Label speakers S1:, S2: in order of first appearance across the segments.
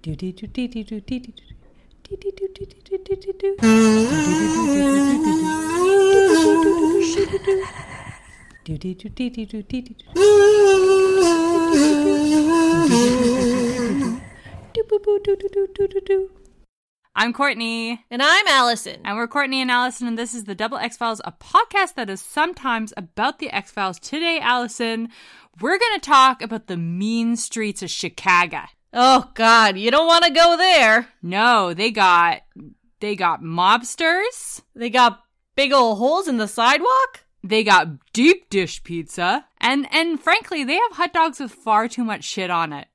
S1: Do do do do do do do do
S2: I'm Courtney,
S3: And I'm Allison.
S2: and we're Courtney and Allison, and this is the Double X Files, a podcast that is sometimes about the X Files. Today, Allison, we're going to talk about the mean streets of Chicago.
S3: Oh God, you don't want to go there.
S2: No, they got they got mobsters,
S3: They got big old holes in the sidewalk.
S2: they got deep dish pizza, and and frankly, they have hot dogs with far too much shit on it.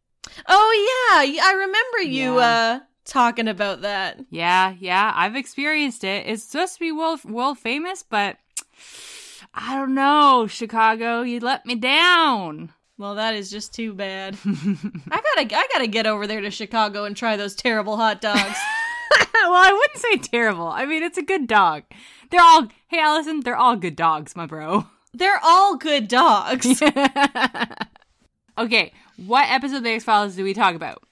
S3: Oh yeah, y- I remember you
S2: Yeah.
S3: uh talking about that.
S2: Yeah, yeah, I've experienced it. It's supposed to be world world famous, but I don't know, Chicago, you let me down.
S3: Well, that is just too bad. I gotta, I gotta get over there to Chicago and try those terrible hot dogs.
S2: well, I wouldn't say terrible. I mean, it's a good dog. They're all, hey, Allison, they're all good dogs, my bro.
S3: They're all good dogs.
S2: okay, what episode of The X Files do we talk about?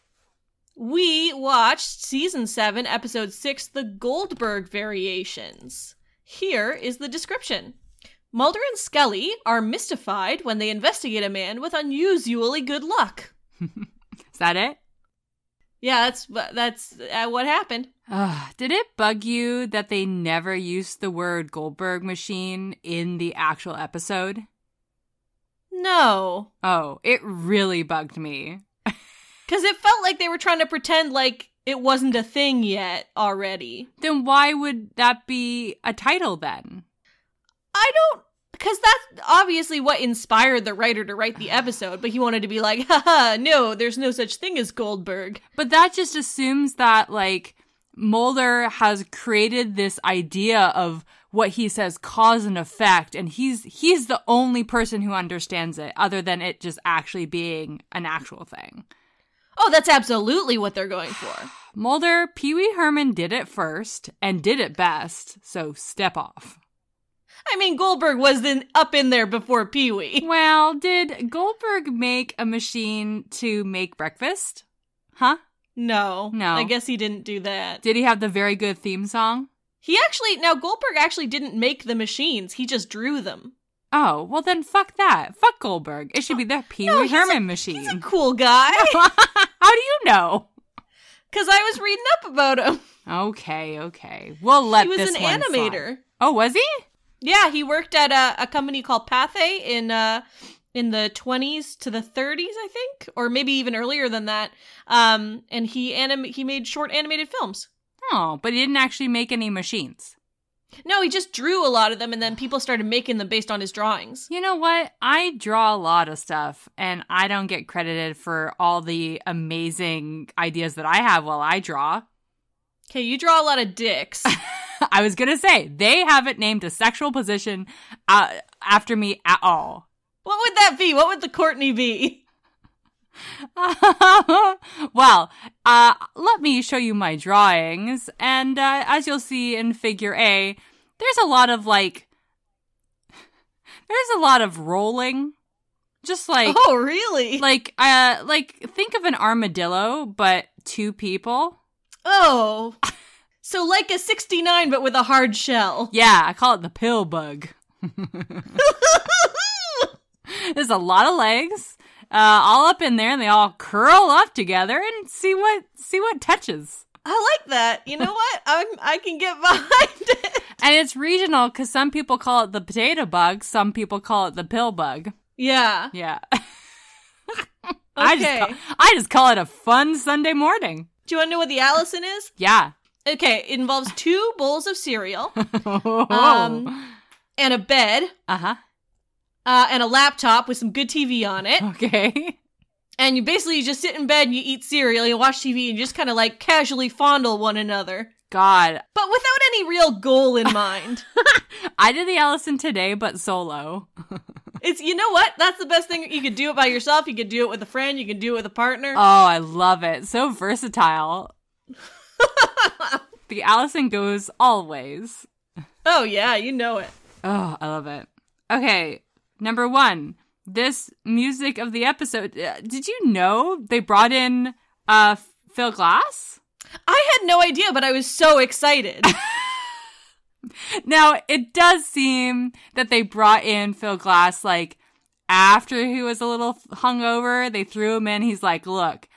S3: we watched season seven, episode six, The Goldberg Variations. Here is the description. Mulder and Scully are mystified when they investigate a man with unusually good luck.
S2: Is that it?
S3: Yeah, that's that's uh, what happened.
S2: Ugh, did it bug you that they never used the word Goldberg machine in the actual episode?
S3: No,
S2: Oh, it really bugged me.
S3: because it felt like they were trying to pretend like it wasn't a thing yet already.
S2: Then why would that be a title then?
S3: I don't, because that's obviously what inspired the writer to write the episode. But he wanted to be like, haha, no, there's no such thing as Goldberg.
S2: But that just assumes that like Mulder has created this idea of what he says cause and effect and he's he's the only person who understands it other than it just actually being an actual thing.
S3: Oh, that's absolutely what they're going for.
S2: Mulder, Pee-wee Herman did it first and did it best, so step off.
S3: I mean, Goldberg was then up in there before Pee Wee.
S2: Well, did Goldberg make a machine to make breakfast? Huh?
S3: No,
S2: No.
S3: I guess he didn't do that.
S2: Did he have the very good theme song?
S3: He actually now Goldberg actually didn't make the machines; he just drew them.
S2: Oh, well then fuck that. Fuck Goldberg. It should be the Pee Wee
S3: No, he's
S2: Herman
S3: He's a
S2: machine.
S3: cool guy.
S2: How do you know?
S3: Because I was reading up about him.
S2: Okay, okay. We'll let
S3: he was
S2: this
S3: an
S2: one slide.
S3: animator.
S2: Oh, was he?
S3: Yeah, he worked at a, a company called Pathé in uh, in the 20s to the 30s, I think, or maybe even earlier than that. Um, and he anim- he made short animated films.
S2: Oh, but he didn't actually make any machines.
S3: No, he just drew a lot of them, and then people started making them based on his drawings.
S2: You know what? I draw a lot of stuff and I don't get credited for all the amazing ideas that I have while I draw.
S3: Okay, you draw a lot of dicks.
S2: I was going to say, they haven't named a sexual position uh, after me at all.
S3: what would that be? What would the Courtney be?
S2: well, uh, let me show you my drawings. And uh, as you'll see in figure A, there's a lot of like, there's a lot of rolling. Just like,
S3: oh, really?
S2: like, uh, like think of an armadillo, but two people.
S3: oh. So like a 69, but with a hard shell.
S2: Yeah, I call it the pill bug. There's a lot of legs, uh, all up in there, and they all curl up together and see what see what touches.
S3: I like that. You know what? I'm I can get behind it.
S2: And it's regional because some people call it the potato bug, some people call it the pill bug.
S3: Yeah.
S2: Yeah. I just
S3: Okay.
S2: call, I just call it a fun Sunday morning.
S3: Do you want to know what the Allison is?
S2: Yeah.
S3: Okay, it involves two bowls of cereal
S2: um,
S3: and a bed
S2: uh huh.
S3: uh, and a laptop with some good TV on it.
S2: Okay.
S3: And you basically you just sit in bed and you eat cereal, you watch TV, and you just kind of like casually fondle one another,
S2: God,
S3: but without any real goal in mind.
S2: I did the Allison today, but solo.
S3: it's you know what? That's the best thing you could do it by yourself. You could do it with a friend. You can do it with a partner.
S2: Oh, I love it. So versatile. the Allison goes always.
S3: oh yeah, you know it.
S2: Oh, I love it. Okay, number one. This music of the episode. uh, Did you know they brought in uh, Phil Glass?
S3: I had no idea, but I was so excited.
S2: Now, it does seem that they brought in Phil Glass like after he was a little hungover. They threw him in. He's like, "Look,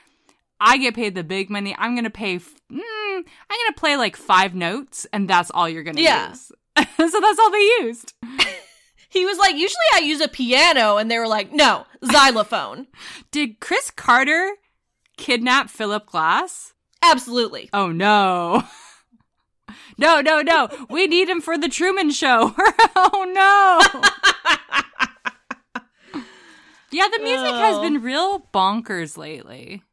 S2: I get paid the big money. I'm gonna pay. F- mm, I'm gonna play like five notes, and that's all you're gonna
S3: Yeah.
S2: use." so that's all they used.
S3: he was like, usually I use a piano, and they were like, no, xylophone.
S2: Did Chris Carter kidnap Philip Glass?
S3: Absolutely.
S2: Oh no. No, no, no. We need him for the Truman Show. oh no. yeah, the music has
S3: Oh.
S2: been real bonkers lately.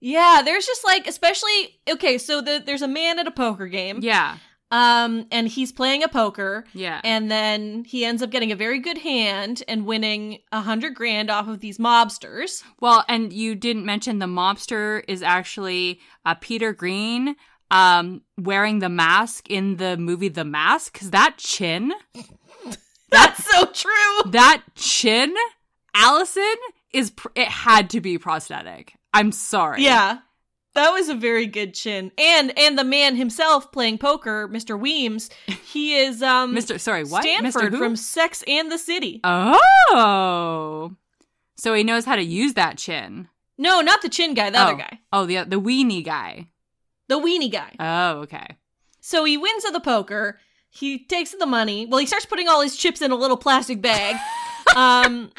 S3: Yeah, there's just like, especially, okay, so the, there's a man at a poker game,
S2: Yeah,
S3: um, and he's playing a poker,
S2: yeah.
S3: and then he ends up getting a very good hand and winning a hundred grand off of these mobsters.
S2: well, and you didn't mention the mobster is actually uh, Peter Green um, wearing the mask in the movie The Mask. Because that chin,
S3: That's so true.
S2: that chin, Allison, is pr- it had to be prosthetic. I'm sorry.
S3: Yeah. That was a very good chin. And and the man himself playing poker, Mr. Weems, he is um
S2: Mr. Sorry, what? Mr.
S3: Stanford
S2: Who?
S3: from Sex and the City.
S2: Oh, so he knows how to use that chin.
S3: no, not the chin guy, the
S2: Oh.
S3: other guy.
S2: Oh, the the weenie guy.
S3: The weenie guy.
S2: Oh, okay.
S3: So he wins at the poker. He takes the money. Well, he starts putting all his chips in a little plastic bag, um,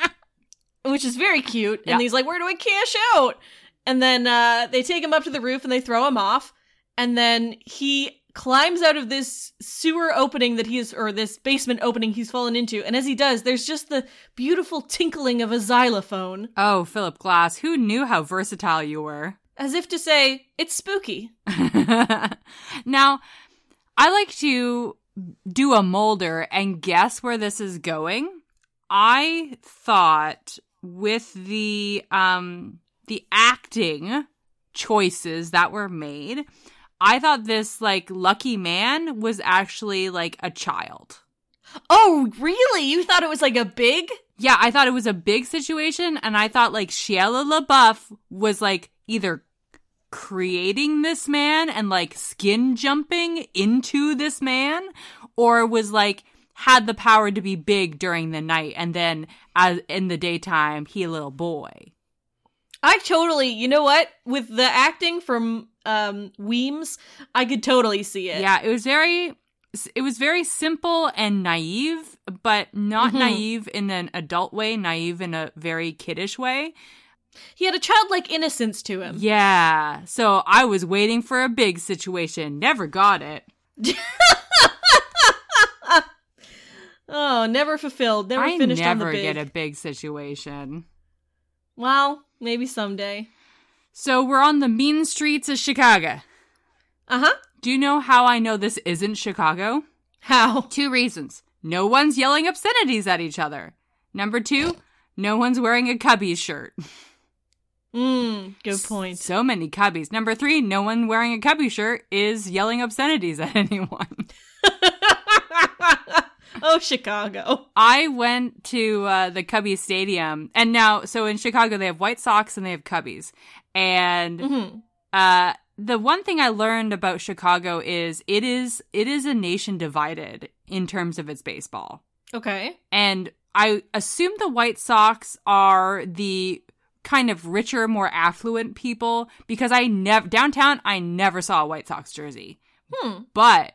S3: which is very cute.
S2: Yeah.
S3: And he's like, "Where do I cash out?" And then uh, they take him up to the roof and they throw him off. And then he climbs out of this sewer opening that he is, or this basement opening he's fallen into. And as he does, there's just the beautiful tinkling of a xylophone,
S2: Oh, Philip Glass, who knew how versatile you were?
S3: as if to say, "It's spooky."
S2: now, I like to do a molder and guess where this is going. I thought with the um the acting choices that were made, I thought this like lucky man was actually like a child.
S3: Oh, really? You thought it was like a big?
S2: Yeah, I thought it was a big situation, and I thought like Shia LaBeouf was like either creating this man and like skin jumping into this man, or was like had the power to be big during the night, and then as in the daytime he a little boy.
S3: I totally, you know what? With the acting from um Weems, I could totally see it.
S2: Yeah, it was very. It was very simple and naive, but not
S3: Mhm.
S2: naive in an adult way, naive in a very kiddish way.
S3: He had a childlike innocence to him.
S2: Yeah. So I was waiting for a big situation, never got it.
S3: Oh, never fulfilled, never
S2: I
S3: finished on
S2: never
S3: the big.
S2: get a big situation.
S3: Well, maybe someday.
S2: So we're on the mean streets of Chicago.
S3: Uh-huh.
S2: Do you know how I know this isn't Chicago?
S3: How?
S2: Two reasons. No one's yelling obscenities at each other. Number two, no one's wearing a cubby shirt.
S3: Mm, good point.
S2: So many cubbies. Number three, no one wearing a cubby shirt is yelling obscenities at anyone.
S3: oh, Chicago.
S2: I went to uh, the Cubby Stadium, and now, so in Chicago, they have White Sox and they have Cubbies. And
S3: Mhm.
S2: uh, the one thing I learned about Chicago is it is it is a nation divided in terms of its baseball,
S3: Okay.
S2: and I assume the White Sox are the kind of richer, more affluent people because I never downtown I never saw a White Sox jersey.
S3: Hmm.
S2: But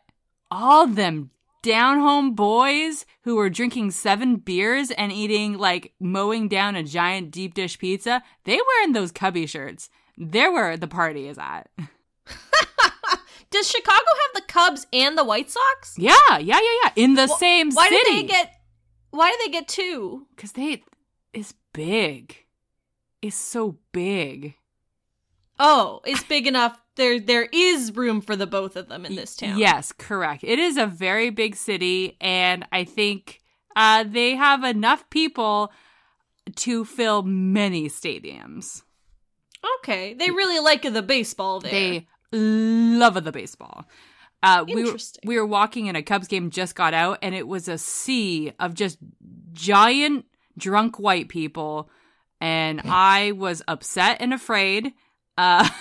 S2: all them down home boys who were drinking seven beers and eating like mowing down a giant deep dish pizza, they wearing those cubby shirts. They're where the party is at.
S3: Does Chicago have the Cubs and the White Sox?
S2: Yeah, yeah, yeah, yeah. In the
S3: Wh-
S2: same
S3: Why
S2: city.
S3: did they get Why did they get two?
S2: Cause they is big. It's so big.
S3: Oh, it's big enough. There there is room for the both of them in this town.
S2: Yes, correct. It is a very big city, and I think uh, they have enough people to fill many stadiums.
S3: Okay. They really like the baseball there.
S2: They love the baseball. Uh, we were,
S3: Interesting.
S2: we were walking and a Cubs game just got out, and it was a sea of just giant drunk white people, and I was upset and afraid. Uh,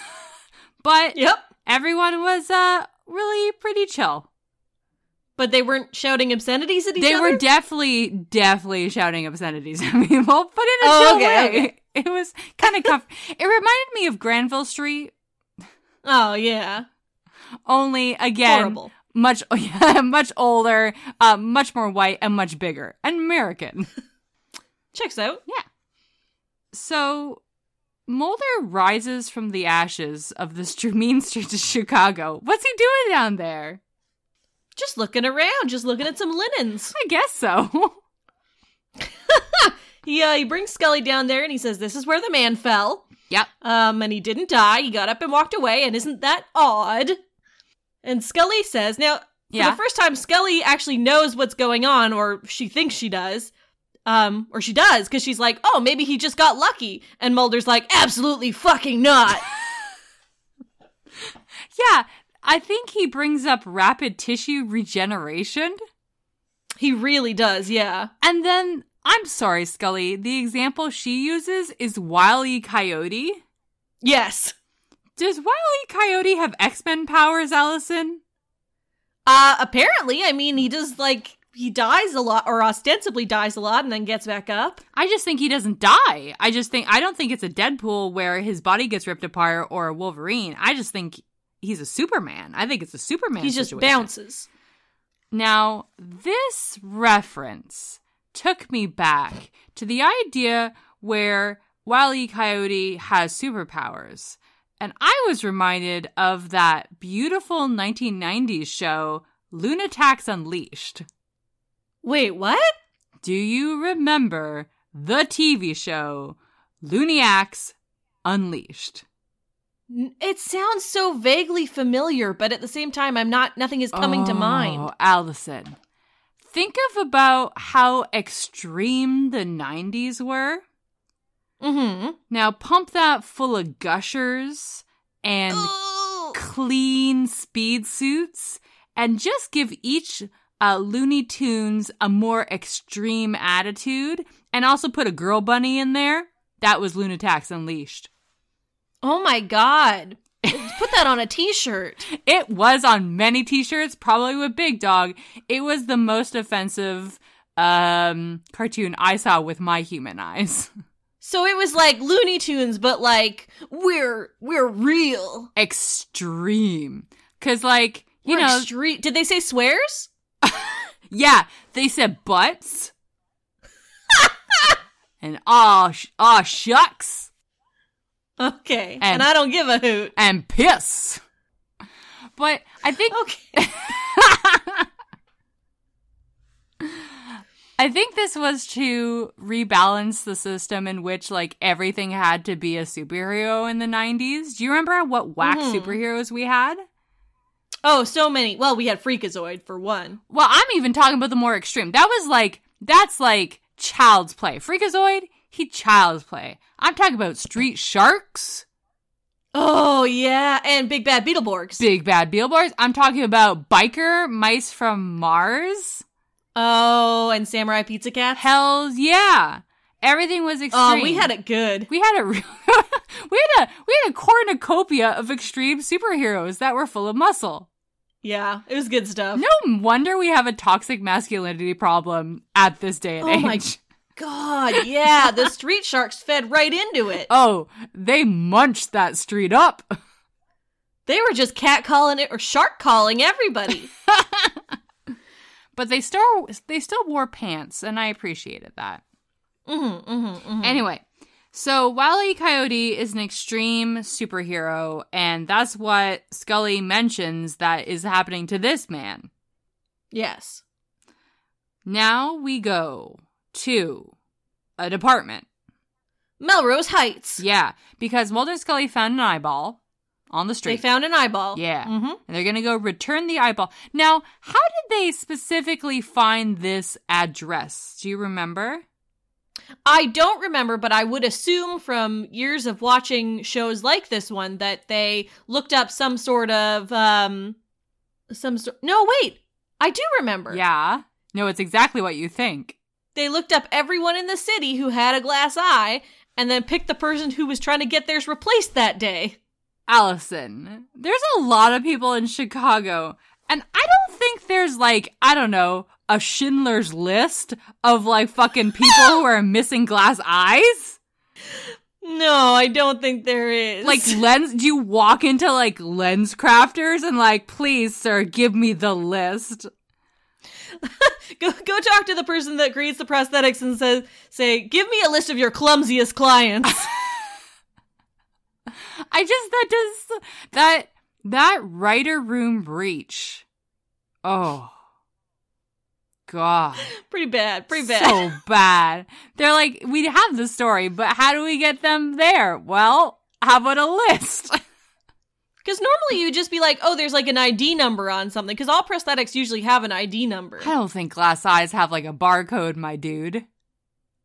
S2: But
S3: Yep.
S2: everyone was uh really pretty chill.
S3: But they weren't shouting obscenities at each
S2: They
S3: other.
S2: were definitely, definitely shouting obscenities at people, but in a
S3: Oh,
S2: chill
S3: okay,
S2: way. It was kind of comf- It reminded me of Granville Street,
S3: oh yeah.
S2: only again
S3: Horrible.
S2: much, much older, uh, much more white, and much bigger, and American.
S3: Checks out.
S2: So Mulder rises from the ashes of the Strumeen Street to Chicago. What's he doing down there?
S3: Just looking around, just looking at some linens.
S2: I guess so.
S3: He uh, he brings Scully down there and he says, "This is where the man fell."
S2: Yep.
S3: Um, and he didn't die. He got up and walked away. And isn't that odd? And Scully says, "Now For the
S2: yeah.
S3: first time, Scully actually knows what's going on, or she thinks she does. Um, or she does, because she's like, oh, maybe he just got lucky. And Mulder's like, absolutely fucking not.
S2: yeah. I think he brings up rapid tissue regeneration.
S3: he really does, yeah.
S2: And then, I'm sorry, Scully, the example she uses is Wily Coyote.
S3: Yes.
S2: Does Wily Coyote have X Men powers, Allison?
S3: Uh, apparently, I mean, he does, like, he dies a lot, or ostensibly dies a lot, and then gets back up.
S2: I just think he doesn't die. I just think I don't think it's a Deadpool where his body gets ripped apart or a Wolverine. I just think he's a Superman. I think it's a Superman.
S3: he just
S2: situation.
S3: bounces.
S2: Now, this reference took me back to the idea where Wile E. Coyote has superpowers. And I was reminded of that beautiful 1990s show, Lunatics Unleashed.
S3: Wait, what?
S2: Do you remember the TV show Luniacs Unleashed?
S3: N- It sounds so vaguely familiar, but at the same time, I'm not, nothing is coming to mind.
S2: Oh, Allison. Think of about how extreme the 90s were. Oh.
S3: Mm
S2: Now pump that full of gushers and
S3: hmm.
S2: clean speed suits and just give each uh, Looney Tunes a more extreme attitude and also put a girl bunny in there. That was Lunatics Unleashed.
S3: Oh my god. Put that on a t-shirt.
S2: It was on many t-shirts, probably with Big Dog. It was the most offensive um, cartoon I saw with my human eyes.
S3: So it was like Looney Tunes but like we're we're real.
S2: Extreme. Cause like, you
S3: we're
S2: know,
S3: extre- Did they say swears?
S2: Yeah, they said butts. and aw, sh- aw shucks.
S3: Okay. And,
S2: And-
S3: I don't give a hoot.
S2: And piss. But I think
S3: Okay.
S2: I think this was to rebalance the system in which like everything had to be a superhero in the 90s. Do you remember what whack
S3: Mhm.
S2: superheroes we had?
S3: Oh, so many. Well, we had Freakazoid for one.
S2: Well, I'm even talking about the more extreme. That was like that's like child's play. Freakazoid, he child's play. I'm talking about street sharks.
S3: Oh yeah, and Big Bad Beetleborgs.
S2: Big Bad Beetleborgs. I'm talking about Biker Mice from Mars.
S3: oh, and Samurai Pizza Cats.
S2: Hell yeah. Everything was extreme.
S3: Oh, we had it good.
S2: we had a real, we had a we had a cornucopia of extreme superheroes that were full of muscle.
S3: Yeah, it was good stuff.
S2: No wonder we have a toxic masculinity problem at this day and
S3: Oh
S2: age.
S3: my- God, yeah, the street sharks fed right into it.
S2: Oh, they munched that street up.
S3: They were just cat calling it or shark calling everybody.
S2: But they still they still wore pants and I appreciated that.
S3: mhm, mhm, mhm.
S2: Anyway, so Wile E. Coyote is an extreme superhero, and that's what Scully mentions that is happening to this man.
S3: Yes.
S2: Now we go to a department.
S3: Melrose Heights.
S2: Yeah, because Mulder and Scully found an eyeball on the
S3: They
S2: street,
S3: found an eyeball.
S2: Yeah.
S3: hmm
S2: and they're going to go return the eyeball. Now, how did they specifically find this address? Do you remember?
S3: I don't remember, but I would assume from years of watching shows like this one that they looked up some sort of um some sort No, wait. I do remember.
S2: Yeah. No, it's exactly what you think.
S3: They looked up everyone in the city who had a glass eye and then picked the person who was trying to get theirs replaced that day.
S2: Allison, there's a lot of people in Chicago, and I don't think there's like, I don't know, a Schindler's list of like fucking people who are missing glass eyes.
S3: No, I don't think there is.
S2: Like lens, do you walk into like lens crafters and like, please, sir, give me the list?
S3: go go talk to the person that creates the prosthetics and says, say, give me a list of your clumsiest clients.
S2: I just that does that that writer room breach. Oh god.
S3: pretty bad, pretty bad.
S2: So bad. They're like, we have the story, but how do we get them there? Well, how about a list?
S3: Because normally you'd just be like, oh, there's like an ID number on something. Because all prosthetics usually have an ID number.
S2: I don't think glass eyes have like a barcode, my dude.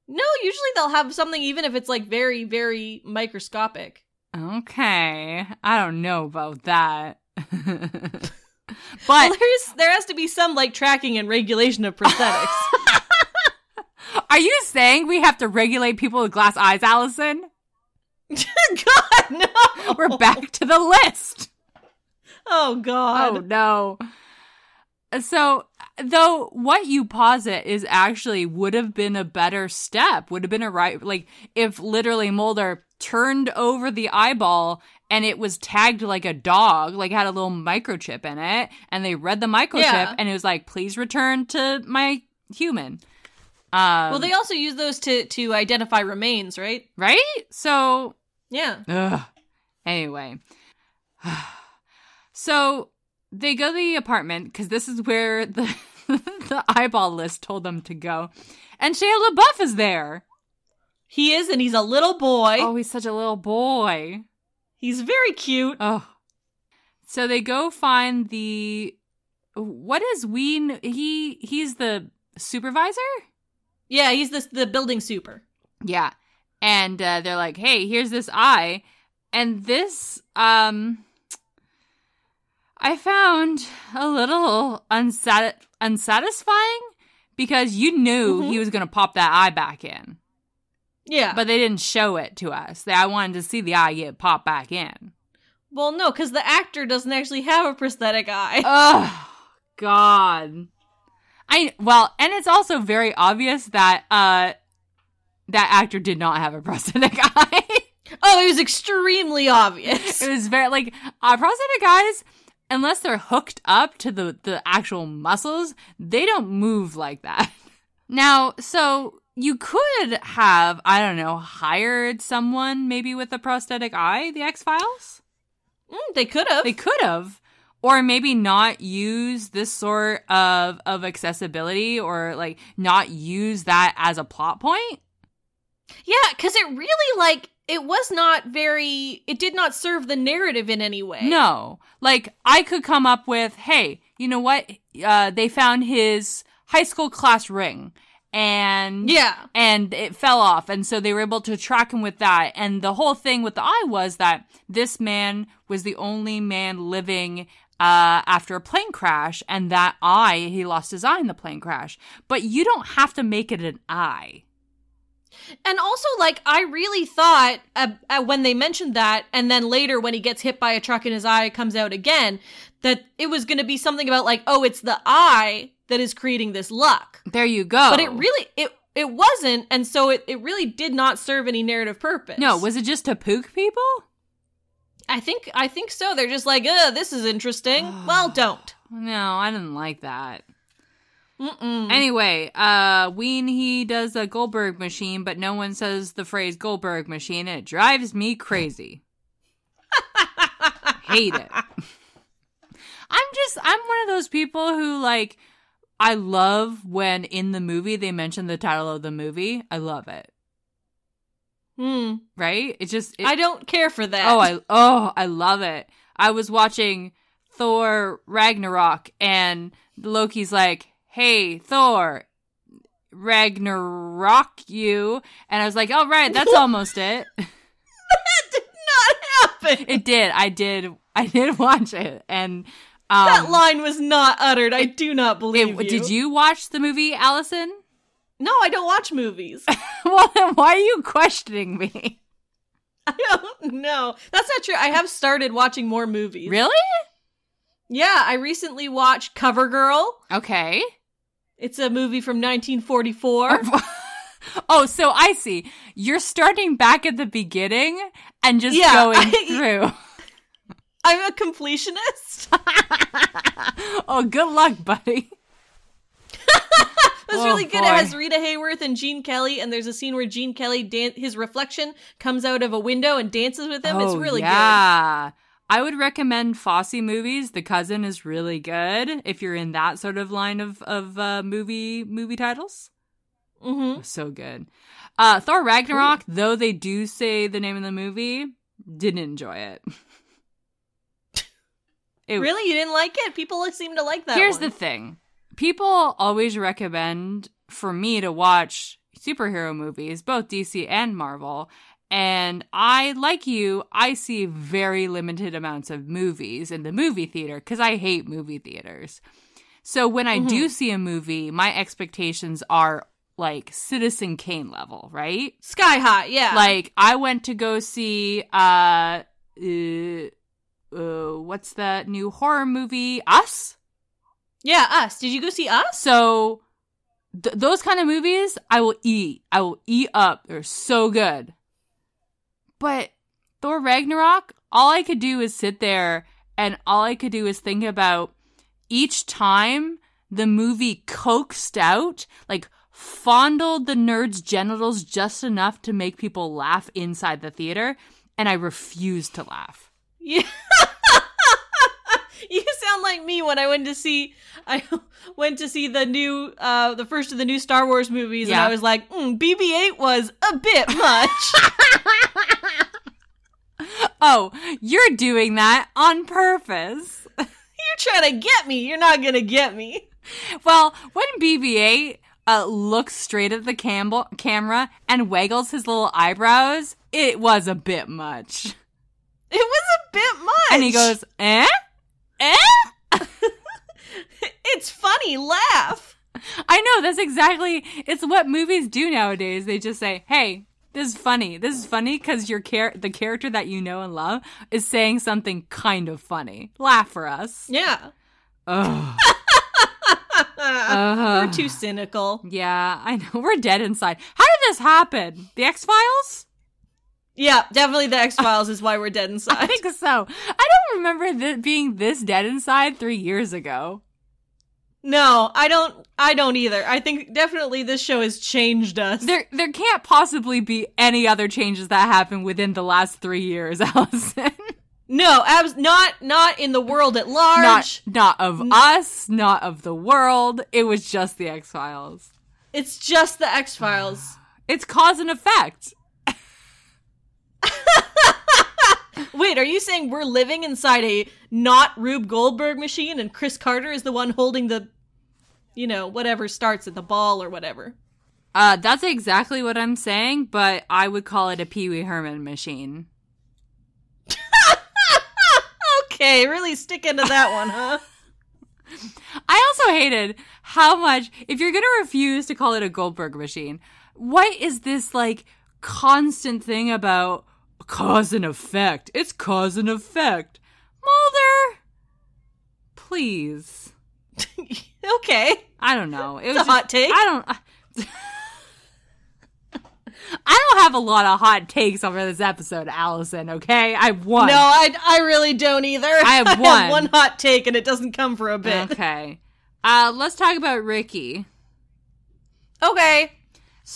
S3: No, usually they'll have something, even if it's like very, very microscopic.
S2: Okay. I don't know about that.
S3: Well,
S2: but
S3: there's there has to be some like tracking and regulation of prosthetics.
S2: are you saying we have to regulate people with glass eyes, Allison?
S3: God, no.
S2: We're back to the list.
S3: Oh God.
S2: Oh no. So, though what you posit is actually would have been a better step, would have been a right like if literally Mulder turned over the eyeball and it was tagged like a dog, like had a little microchip in it, and they read the microchip
S3: Yeah.
S2: and it was like, "Please return to my human." Um,
S3: Well, they also use those to to identify remains, right?
S2: right? So
S3: Yeah.
S2: Ugh. Anyway. So they go to the apartment because this is where the, the eyeball list told them to go. And Shia LaBeouf is there.
S3: He is, and he's a little boy.
S2: Oh, he's such a little boy.
S3: He's very cute.
S2: Oh. So they go find the. What is Ween? He he's the supervisor.
S3: Yeah, he's the the building super.
S2: Yeah, and uh, they're like, "Hey, here's this eye," and this um, I found a little unsat- unsatisfying because you knew
S3: Mhm.
S2: he was gonna pop that eye back in,
S3: Yeah.
S2: but they didn't show it to us. They- I wanted to see the eye get popped back in.
S3: well, no, because the actor doesn't actually have a prosthetic eye.
S2: Oh God. I well, and it's also very obvious that uh that actor did not have a prosthetic eye.
S3: oh, it was extremely obvious.
S2: It was very like uh, prosthetic guys, unless they're hooked up to the the actual muscles, they don't move like that. Now, so you could have I don't know hired someone maybe with a prosthetic eye, the X Files.
S3: Mm, they could have.
S2: They could have, or maybe not use this sort of of accessibility, or like not use that as a plot point.
S3: Yeah, because it really like it was not very. It did not serve the narrative in any way.
S2: No. Like I could come up with, hey, you know what? Uh, they found his high school class ring and
S3: Yeah.
S2: and it fell off and so they were able to track him with that and the whole thing with the eye was that this man was the only man living uh, after a plane crash and that eye he lost his eye in the plane crash but you don't have to make it an eye
S3: And also, like, I really thought uh, uh, when they mentioned that, and then later when he gets hit by a truck and his eye comes out again, that it was going to be something about, like, oh, it's the eye that is creating this luck.
S2: there you go
S3: But it really, it it wasn't. And so it, it really did not serve any narrative purpose.
S2: no was it just to pook people
S3: I think, I think so. They're just like, uh, this is interesting. well, don't.
S2: no i didn't like that
S3: Mm-mm.
S2: Anyway, uh Ween he does a Goldberg machine, but no one says the phrase Goldberg machine, and it drives me crazy. Hate it. I'm just I'm one of those people who like I love when in the movie they mention the title of the movie. I love it.
S3: Mm.
S2: Right? It just it,
S3: I don't care for that.
S2: Oh, I oh, I love it. I was watching Thor Ragnarok and Loki's like, "Hey, Thor, Ragnarok you." And I was like, "All right, that's almost it."
S3: that did not happen.
S2: It did. I did. I did watch it. And um
S3: that line was not uttered. I do not
S2: it-
S3: believe you.
S2: did you watch the movie Allison?
S3: No, I don't watch movies.
S2: well, then why are you questioning me?
S3: I don't know. That's not true. I have started watching more movies.
S2: Really?
S3: Yeah, I recently watched Cover Girl.
S2: Okay.
S3: It's a movie from 1944.
S2: Oh, so I see. You're starting back at the beginning and just
S3: Yeah,
S2: going
S3: I-
S2: through.
S3: I'm a completionist. That's
S2: oh, good luck, buddy. Oh,
S3: really good.
S2: boy.
S3: It has Rita Hayworth and Gene Kelly, and there's a scene where Gene Kelly dan- his reflection comes out of a window and dances with him. it's really good.
S2: Oh, yeah. I would recommend Fosse movies. The cousin is really good if you're in that sort of line of of uh, movie movie titles.
S3: Mm-hmm.
S2: So good. Uh, Thor Ragnarok, though they do say the name of the movie, didn't enjoy it. it
S3: Really, you didn't like it? People seem to like that.
S2: Here's
S3: one.
S2: the thing. People always recommend for me to watch superhero movies, both DC and Marvel. And I, like you, I see very limited amounts of movies in the movie theater because I hate movie theaters. So when I
S3: Mm-hmm.
S2: do see a movie, my expectations are like Citizen Kane level, right?
S3: Sky High. Yeah.
S2: Like I went to go see uh, uh, uh what's that new horror movie Us?
S3: yeah. Us. Did you go see Us?
S2: So th- those kind of movies, I will eat. I will eat up. They're so good. But Thor Ragnarok, all I could do is sit there and all I could do is think about each time the movie coaxed out, like fondled the nerd's genitals just enough to make people laugh inside the theater, and I refused to laugh.
S3: Yeah. you sound like me when I went to see I went to see the new uh the first of the new Star Wars movies and
S2: Yeah.
S3: I was like, mm, BB-8 was a bit much.
S2: Oh, you're doing that on purpose.
S3: You're trying to get me. You're not going to get me.
S2: Well, when BB-8 uh, looks straight at the cam- camera and waggles his little eyebrows, it was a bit much.
S3: It was a bit much.
S2: And he goes, "Eh, eh."
S3: "It's funny, laugh."
S2: I know that's exactly. It's what movies do nowadays. They just say, "Hey, this is funny. This is funny because your char- the character that you know and love is saying something kind of funny. Laugh for us."
S3: Yeah.
S2: Ugh.
S3: We're
S2: Ugh.
S3: too cynical.
S2: yeah, I know. We're dead inside. How did this happen? The X Files?
S3: Yeah, definitely the X-Files is why we're dead
S2: I
S3: inside.
S2: think so. I don't remember th- being this dead inside three years ago.
S3: No, I don't I don't either. I think definitely this show has changed us.
S2: There, there can't possibly be any other changes that happened within the last three years, Allison.
S3: No, abs- not not in the world at large.
S2: not, not of us, not of the world. It was just the X Files.
S3: It's just the X Files.
S2: It's cause and effect.
S3: Wait, are you saying we're living inside a not Rube Goldberg machine and Chris Carter is the one holding the, you know, whatever starts at the ball or whatever?
S2: Uh, that's exactly what I'm saying, but I would call it a Pee Wee Herman machine.
S3: Okay, really stick into that one, huh?
S2: I also hated how much, if you're going to refuse to call it a Goldberg machine, what is this like constant thing about cause and effect? It's cause and effect. Mulder, please.
S3: okay.
S2: I don't know. It was
S3: a hot take.
S2: I don't. I, I don't have a lot of hot takes over this episode, Allison. Okay, I won.
S3: No, I, I really don't either.
S2: I have one.
S3: one hot take and it doesn't come for a bit.
S2: Okay. Uh, let's talk about Ricky.
S3: Okay.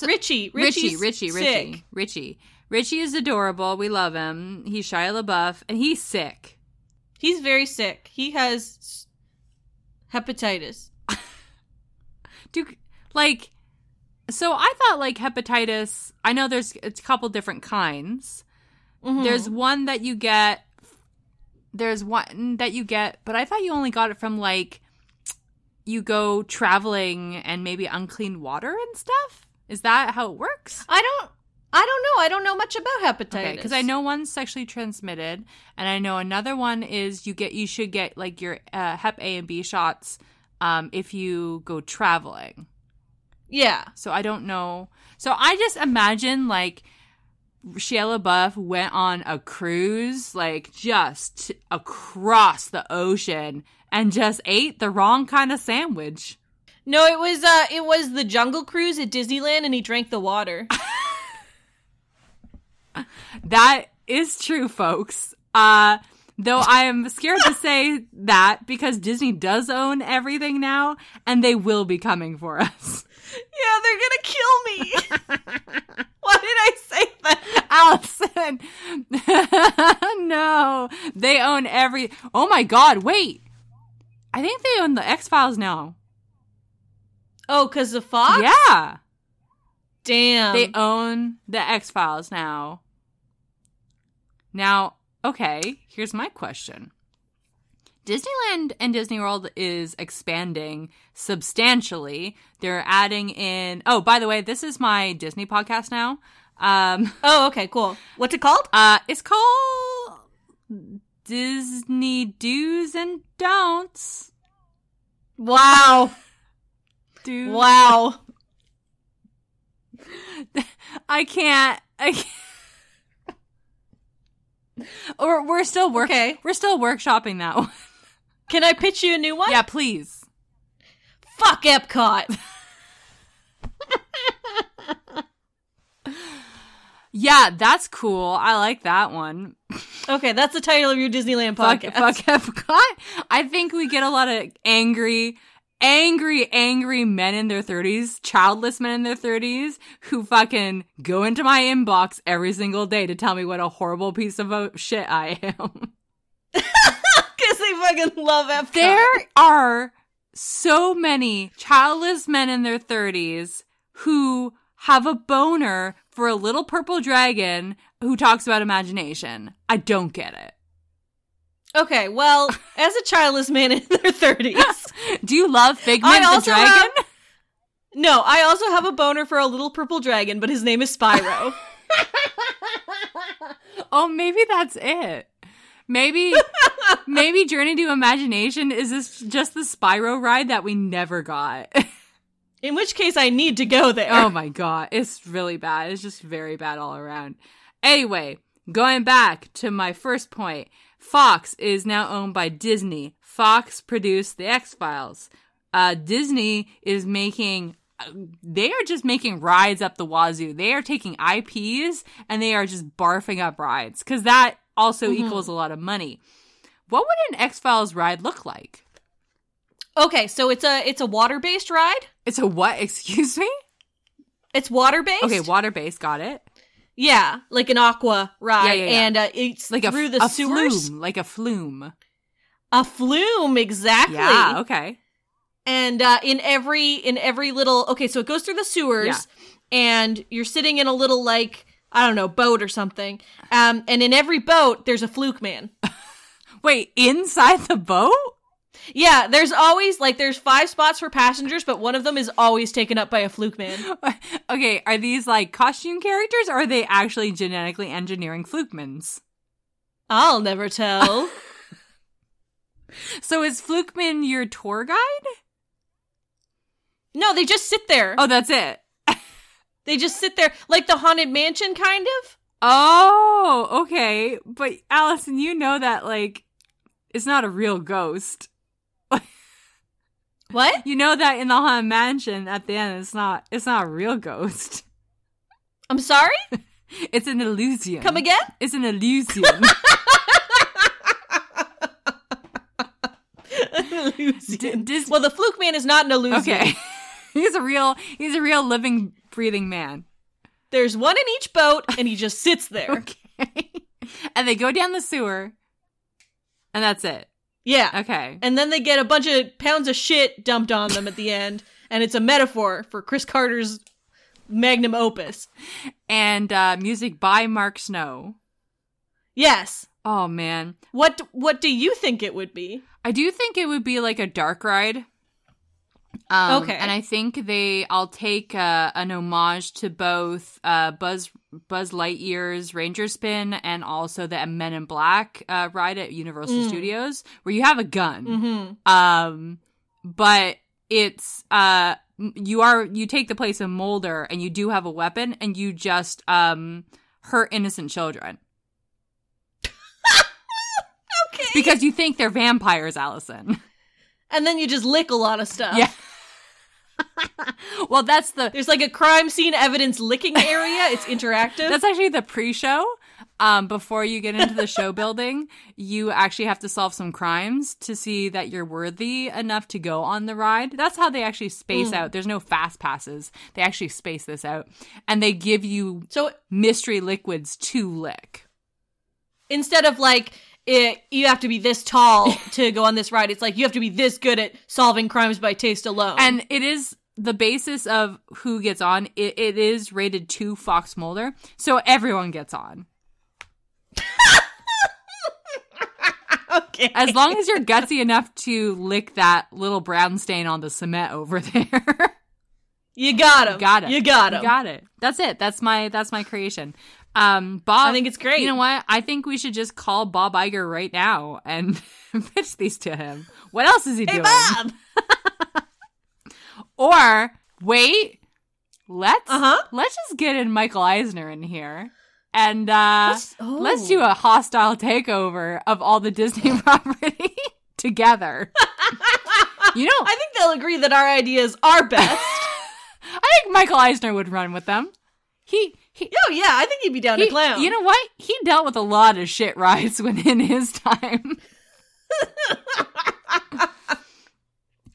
S3: Richie,
S2: Uh. Richie,
S3: Richie's
S2: Richie,
S3: sick.
S2: Richie, Richie. Richie is adorable. We love him. He's Shia LaBeouf, and he's sick.
S3: He's very sick. He has s- hepatitis.
S2: Do like, so I thought like hepatitis. I know there's it's a couple different kinds.
S3: Mhm.
S2: There's one that you get. There's one that you get, but I thought you only got it from like you go traveling and maybe unclean water and stuff. Is that how it works?
S3: I don't. I don't know. I don't know much about hepatitis.
S2: Okay, because I know one's sexually transmitted, and I know another one is you get you should get like your uh, Hep A and B shots um, if you go traveling.
S3: Yeah.
S2: So I don't know. So I just imagine like Shia LaBeouf went on a cruise, like just across the ocean, and just ate the wrong kind of sandwich.
S3: No, it was uh it was the Jungle Cruise at Disneyland and he drank the water.
S2: That is true, folks. Uh, though I am scared to say that because Disney does own everything now, and they will be coming for us.
S3: yeah, they're going to kill me. Why did I say that?
S2: Allison, no, they own every. Oh my God! Wait, I think they own the X Files now.
S3: Oh, cuz of Fox?
S2: Yeah,
S3: Damn.
S2: they oh. own the X Files now. Now, okay, here's my question. Disneyland and Disney World is expanding substantially. They're adding in. Oh, by the way, this is my Disney podcast now. Um,
S3: oh, okay, cool. What's it called?
S2: uh, it's called Disney Do's and Don'ts.
S3: Wow.
S2: Do's.
S3: Wow.
S2: I can't. I can't. Or we're still work.
S3: Okay.
S2: We're still workshopping that one.
S3: Can I pitch you a new one?
S2: Yeah, please.
S3: Fuck Epcot.
S2: Yeah, that's cool. I like that one.
S3: Okay, that's the title of your Disneyland
S2: Fuck,
S3: podcast.
S2: fuck Epcot. I think we get a lot of angry, angry, angry men in their 30s, childless men in their 30s, who fucking go into my inbox every single day to tell me what a horrible piece of uh, shit I am.
S3: Because they fucking love Epcot.
S2: There are so many childless men in their 30s who have a boner for a little purple dragon who talks about imagination. I don't get it.
S3: Okay, well, as a childless man in their 30s.
S2: Do you love Figment the
S3: also
S2: dragon?
S3: have- No, I also have a boner for a little purple dragon, but his name is Spyro.
S2: oh, maybe that's it. Maybe maybe Journey to Imagination is this just the Spyro ride that we never got.
S3: in which case, I need to go there.
S2: Oh my god, it's really bad. It's just very bad all around. Anyway, going back to my first point, Fox is now owned by Disney. Fox produced the X Files. Uh, Disney is making. They are just making rides up the wazoo. They are taking IPs and they are just barfing up rides because that also equals a lot of money. What would an X Files ride look like? Oh.
S3: Okay, so it's a it's a water based ride.
S2: It's a what? Excuse me?
S3: It's water based.
S2: Okay, water base, got it.
S3: yeah, like an aqua ride,
S2: Yeah, yeah, yeah.
S3: and uh, it's
S2: Like
S3: like
S2: a,
S3: through
S2: a
S3: the sewers.
S2: flume, like a flume.
S3: A flume, exactly.
S2: Yeah. Okay.
S3: and uh, in every in every little okay so it goes through the sewers and you're sitting in a little like i don't know boat or something um, and in every boat there's a fluke man
S2: Wait, inside the boat?
S3: yeah there's always like there's five spots for passengers but one of them is always taken up by a fluke man
S2: Okay. Are these like costume characters, or are they actually genetically engineering flukemans?
S3: i'll never tell
S2: So is Flukeman your tour guide?
S3: no they just sit there
S2: Oh, that's it.
S3: they just sit there like the haunted mansion kind of
S2: Oh, okay. But Allison, you know that like it's not a real ghost.
S3: what
S2: You know that in the haunted mansion at the end, it's not. It's not a real ghost.
S3: i'm sorry
S2: It's an illusion.
S3: come again
S2: It's an illusion.
S3: illusion.
S2: Dis-
S3: well the fluke man is not an illusion
S2: okay. he's a real. He's a real living, breathing man.
S3: there's one in each boat and he just sits there
S2: Okay. and they go down the sewer, and that's it.
S3: yeah
S2: Okay.
S3: And then they get a bunch of pounds of shit dumped on them at the end, and it's a metaphor for Chris Carter's magnum opus.
S2: And uh, music by Mark Snow.
S3: Yes.
S2: Oh man,
S3: What what do you think it would be?
S2: I do think it would be like a dark ride. Um,
S3: Okay.
S2: And I think they, I'll take uh, an homage to both uh, Buzz Buzz Lightyear's Ranger Spin and also the Men in Black uh, ride at Universal
S3: Mm.
S2: Studios, where you have a gun.
S3: Mm-hmm.
S2: um but it's uh m- you are you take the place of Mulder and you do have a weapon and you just um hurt innocent children
S3: Okay.
S2: because you think they're vampires, Allison.
S3: and then you just lick a lot of stuff.
S2: Yeah. well, that's the
S3: There's like a crime scene evidence licking area. It's interactive.
S2: That's actually the pre-show. Um, before you get into the show building, you actually have to solve some crimes to see that you're worthy enough to go on the ride. That's how they actually space out. There's no fast passes. They actually space this out, and they give you
S3: so
S2: mystery liquids to lick.
S3: instead of like it, you have to be this tall to go on this ride, it's like you have to be this good at solving crimes by taste alone.
S2: And it is the basis of who gets on. It, it is rated two Fox Mulder, so everyone gets on.
S3: okay.
S2: As long as you're gutsy enough to lick that little brown stain on the cement over there.
S3: you got him.
S2: Got it.
S3: You got him.
S2: Got it. That's it. That's my that's my creation. Um Bob
S3: I think it's great.
S2: You know what? I think we should just call Bob Iger right now and pitch these to him. What else is he
S3: Hey,
S2: doing?
S3: Bob.
S2: Or wait, let's
S3: Uh-huh.
S2: let's just get in Michael Eisner in here. And uh
S3: Let's-
S2: let's,
S3: oh.
S2: do a hostile takeover of all the Disney property together. you know,
S3: I think they'll agree that our ideas are best.
S2: I think Michael Eisner would run with them. He he
S3: oh yeah, I think he'd be down
S2: He-
S3: to clown.
S2: You know what? He dealt with a lot of shit rides when in his time.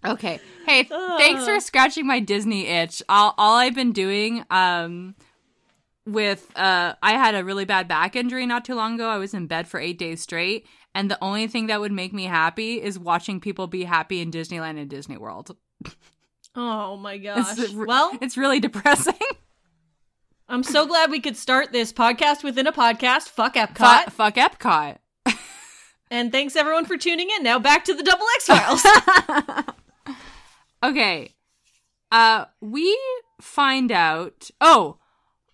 S2: okay. Hey,
S3: Ah.
S2: thanks for scratching my Disney itch. All, all I've been doing um with uh I had a really bad back injury not too long ago. I was in bed for 8 days straight, and the only thing that would make me happy is watching people be happy in Disneyland and Disney World.
S3: oh my gosh.
S2: It's re-
S3: well,
S2: it's really depressing.
S3: I'm so glad we could start this podcast within a podcast. Fuck Epcot.
S2: Fuck, fuck Epcot.
S3: And thanks everyone for tuning in. Now back to the Double X Files.
S2: Okay. Uh we find out oh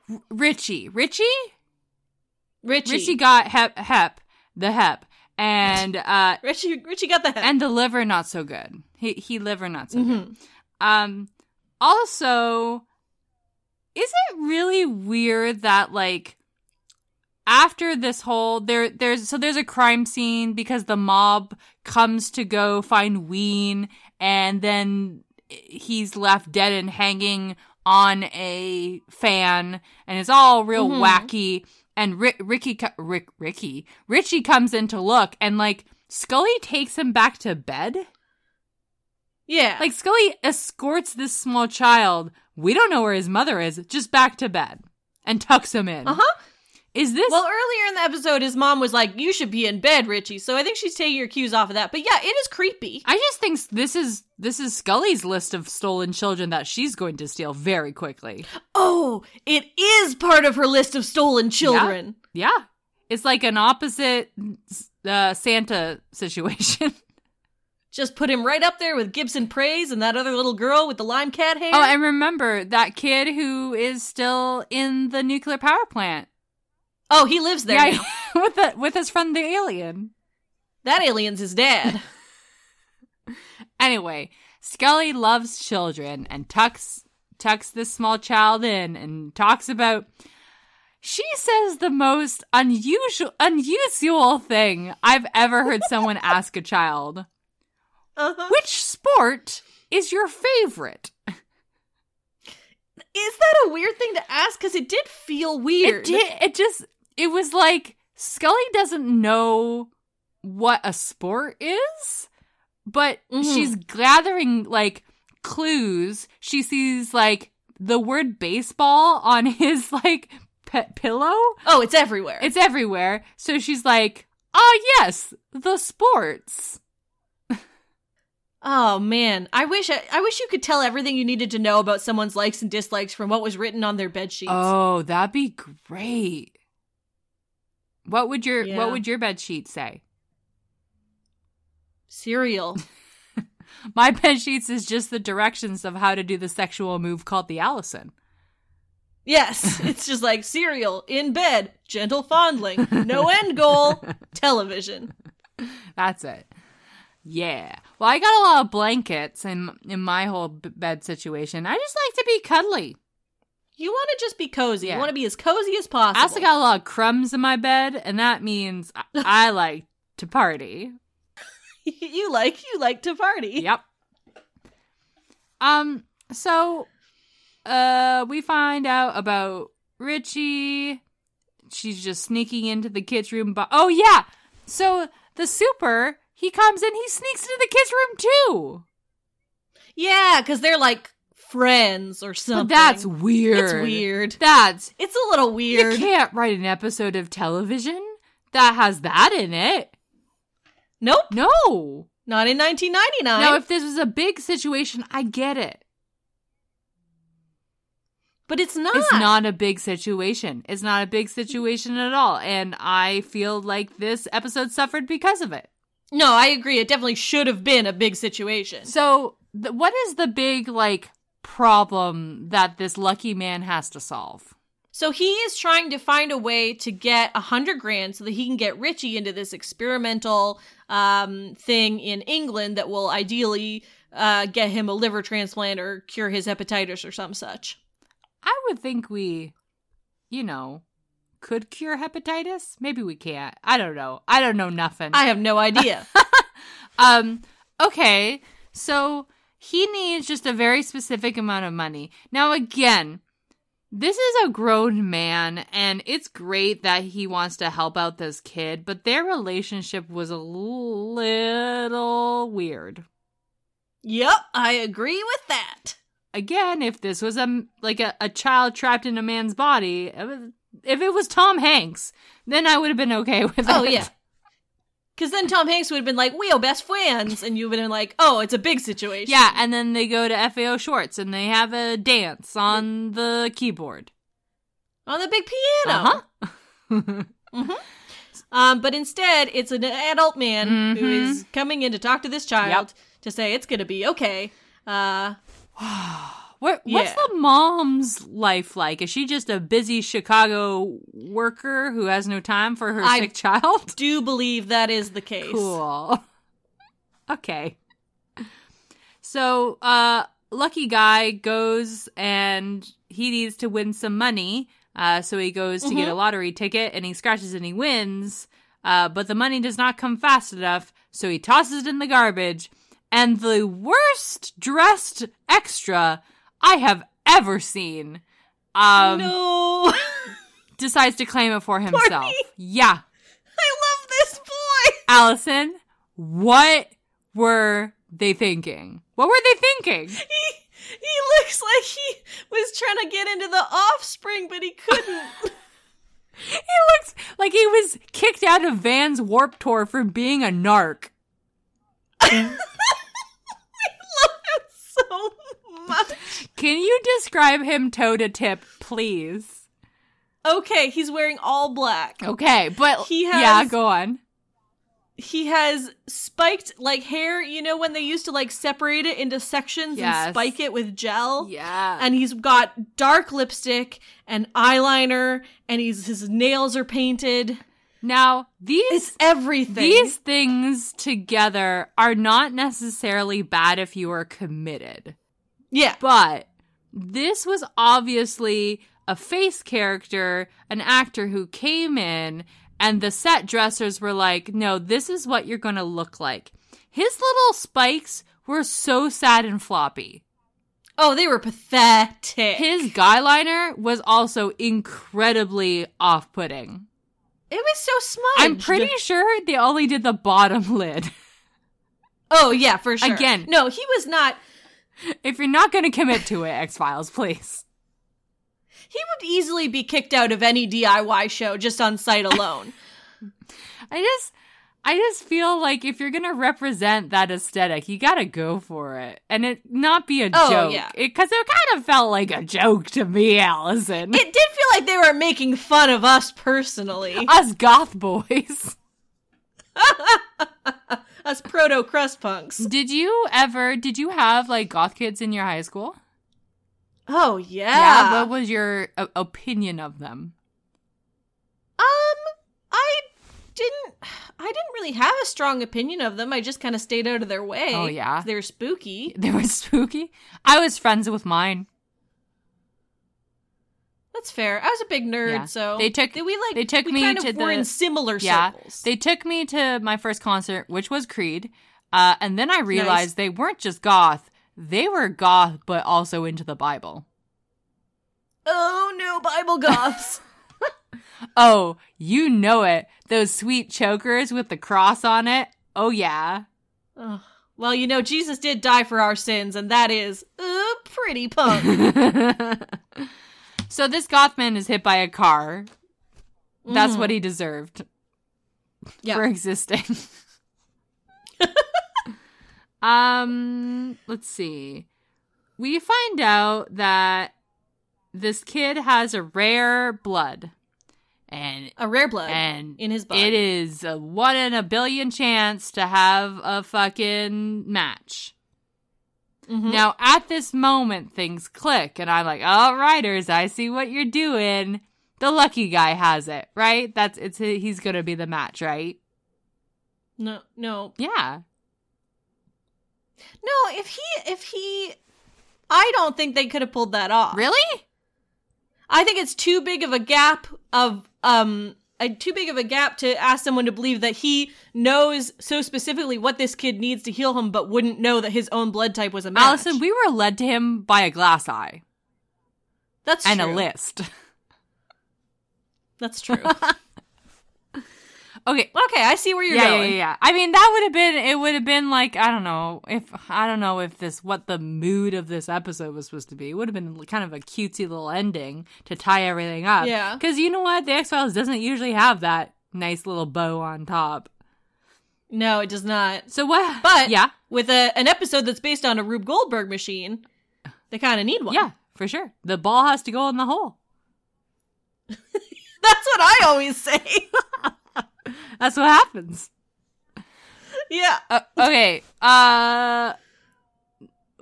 S2: R- Richie. Richie?
S3: Richie.
S2: Richie got hep hep the hep and uh
S3: Richie, Richie got the head.
S2: and the liver not so good. He he liver not so good. Um also is it really weird that like after this whole there there's so there's a crime scene because the mob comes to go find Ween and then he's left dead and hanging on a fan and it's all real
S3: Mhm.
S2: wacky and Rick, Ricky co- Rick Ricky Richie comes in to look and like Scully takes him back to bed
S3: Yeah.
S2: like Scully escorts this small child we don't know where his mother is just back to bed and tucks him in
S3: uh huh.
S2: is this
S3: Well, earlier in the episode, his mom was like, "You should be in bed, Richie." So I think she's taking your cues off of that. But yeah, it is creepy.
S2: I just think this is this is Scully's list of stolen children that she's going to steal very quickly.
S3: Oh, it is part of her list of stolen children.
S2: Yeah, it's like an opposite uh, Santa situation.
S3: Just put him right up there with Gibson Praise and that other little girl with the lime cat hair.
S2: oh, and remember that kid who is still in the nuclear power plant.
S3: Oh, he lives there.
S2: yeah,
S3: now.
S2: with the, with his friend the alien.
S3: That alien's his dad.
S2: Anyway, Scully loves children and tucks tucks this small child in and talks about she says the most unusual unusual thing I've ever heard someone ask a child.
S3: uh-huh.
S2: Which sport is your favorite?
S3: Is that a weird thing to ask? Because it did feel weird.
S2: It did it just it was like Scully doesn't know what a sport is, but
S3: Mhm.
S2: she's gathering like clues. She sees like the word baseball on his like pe- pillow.
S3: Oh, it's everywhere.
S2: It's everywhere. So she's like, "Oh yes, the sports."
S3: Oh man, I wish I, I wish you could tell everything you needed to know about someone's likes and dislikes from what was written on their bed sheets.
S2: Oh, that'd be great. What would your
S3: Yeah.
S2: what would your bed sheet say?
S3: Cereal.
S2: My bed sheets is just the directions of how to do the sexual move called the Allison.
S3: Yes, it's just like cereal in bed, gentle fondling, no end goal, television.
S2: That's it. Yeah. Well, I got a lot of blankets in in my whole b- bed situation. I just like to be cuddly.
S3: You want to just be cozy.
S2: Yeah.
S3: You want to be as cozy as possible.
S2: I also got a lot of crumbs in my bed, and that means I, I like to party.
S3: you like you like to party.
S2: Yep. Um. So, uh, we find out about Richie. She's just sneaking into the kids' room. But oh yeah, so the super he comes in, he sneaks into the kids' room too.
S3: Yeah, because they're like friends or something.
S2: But that's weird.
S3: It's weird.
S2: That's
S3: It's a little weird.
S2: you can't write an episode of television that has that in it.
S3: Nope.
S2: No.
S3: Not in 1999.
S2: Now, if this was a big situation, I get it.
S3: but it's not.
S2: It's not a big situation. It's not a big situation at all. And I feel like this episode suffered because of it.
S3: No, I agree. It definitely should have been a big situation.
S2: So, th- what is the big, like, problem that this lucky man has to solve?
S3: So he is trying to find a way to get a hundred grand so that he can get Richie into this experimental um, thing in England that will ideally uh, get him a liver transplant or cure his hepatitis or some such.
S2: I would think we, you know, could cure hepatitis. Maybe we can't. I don't know. I don't know nothing.
S3: I have no idea.
S2: Um, okay. So he needs just a very specific amount of money. Now, again, this is a grown man, and it's great that he wants to help out this kid, but their relationship was a little weird.
S3: yep, I agree with that.
S2: Again, if this was a like a, a child trapped in a man's body, it was- if it was Tom Hanks, then I would have been okay with it.
S3: Oh yeah. Because then Tom Hanks would have been like, "We are best friends," and you would have been like, "Oh, it's a big situation."
S2: yeah. And then they go to FAO Shorts and they have a dance on the keyboard.
S3: on the big piano.
S2: Uh-huh.
S3: Mhm. Um, but instead, it's an adult man who
S2: Mhm.
S3: is coming in to talk to this child to say it's going to be okay. Uh,
S2: What, What's
S3: Yeah.
S2: the mom's life like? Is she just a busy Chicago worker who has no time for her
S3: I-
S2: sick child?
S3: do believe that is the case.
S2: Cool. okay. So, uh, lucky guy goes and he needs to win some money. Uh, so he goes to get
S3: Mm-hmm.
S2: a lottery ticket and he scratches and he wins. Uh, but the money does not come fast enough, so he tosses it in the garbage. And the worst dressed extra I have ever seen um,
S3: no,
S2: decides to claim it for himself.
S3: me.
S2: Yeah.
S3: I love this boy.
S2: Allison, what were they thinking? What were they thinking?
S3: He he looks like he was trying to get into the offspring, but he couldn't.
S2: He looks like he was kicked out of Van's Warp Tour for being a narc.
S3: I love him so much.
S2: Can you describe him toe to tip, please?
S3: Okay, he's wearing all black.
S2: Okay, but
S3: He
S2: yeah,
S3: has-
S2: go on.
S3: he has spiked like hair you know when they used to like separate it into sections
S2: Yes.
S3: and spike it with gel
S2: Yeah,
S3: and he's got dark lipstick and eyeliner and he's his nails are painted
S2: now
S3: it's
S2: these
S3: everything
S2: these things together are not necessarily bad if you are committed.
S3: yeah
S2: But this was obviously a face character, an actor who came in, and the set dressers were like, no, this is what you're going to look like. His little spikes were so sad and floppy.
S3: oh they were pathetic
S2: His guy liner was also incredibly off putting.
S3: it was so smudged
S2: I'm pretty sure they only did the bottom lid.
S3: oh yeah for sure
S2: Again.
S3: no he was not
S2: If you're not going to commit to it, X Files, please.
S3: he would easily be kicked out of any diy show just on sight alone
S2: I just I just feel like if you're gonna represent that aesthetic, you gotta go for it, and it not be a
S3: Oh,
S2: joke.
S3: yeah.
S2: because it kind of felt like a joke to me, Allison.
S3: it did feel like they were making fun of us personally
S2: Us goth boys.
S3: us proto crust punks
S2: Did you ever? Did you have like goth kids in your high school?
S3: Oh yeah.
S2: What was your uh, opinion of them?
S3: um, I didn't. I didn't really have a strong opinion of them. I just kind of stayed out of their way.
S2: Oh, yeah?
S3: they're spooky.
S2: They were spooky. I was friends with mine.
S3: That's fair. I was a big nerd,
S2: Yeah.
S3: so
S2: They took-
S3: we like
S2: they took
S3: we
S2: me
S3: kind
S2: to
S3: of were in
S2: the-
S3: similar
S2: yeah,
S3: circles.
S2: They took me to my first concert, which was Creed. Uh, and then I realized they weren't just goth, they were goth, but also into the Bible.
S3: oh no, Bible goths.
S2: Oh, you know it. Those sweet chokers with the cross on it. Oh, yeah.
S3: Ugh. well, you know Jesus did die for our sins, and that is uh, pretty punk.
S2: so this Gothman is hit by a car. That's what he deserved
S3: Yeah.
S2: for existing. um, let's see. We find out that this kid has a rare blood, and
S3: a rare blood
S2: and
S3: in his body.
S2: it is a one in a billion chance to have a fucking match.
S3: Mhm.
S2: Now, at this moment, things click, and I'm like, "All righters, I see what you're doing." The lucky guy has it, right? That's it's he's gonna be the match, right?
S3: No, no,
S2: Yeah,
S3: no. If he, if he, I don't think they could have pulled that off.
S2: really?
S3: I think it's too big of a gap of um a, too big of a gap to ask someone to believe that he knows so specifically what this kid needs to heal him, but wouldn't know that his own blood type was a match.
S2: Allison, we were led to him by a glass eye
S3: that's
S2: and
S3: true.
S2: a list.
S3: That's true.
S2: okay.
S3: okay, I see where you're
S2: Yeah, yeah, yeah,
S3: going.
S2: yeah. I mean, that would have been it. Would have been like I don't know if I don't know if this what the mood of this episode was supposed to be. It would have been kind of a cutesy little ending to tie everything up.
S3: Yeah.
S2: because you know what, the X Files doesn't usually have that nice little bow on top.
S3: No, it does not.
S2: So what?
S3: But
S2: yeah,
S3: with a an episode that's based on a Rube Goldberg machine, they kind of need one.
S2: yeah, for sure. The ball has to go in the hole.
S3: that's what I always say.
S2: That's what happens.
S3: yeah.
S2: Uh, okay. Uh.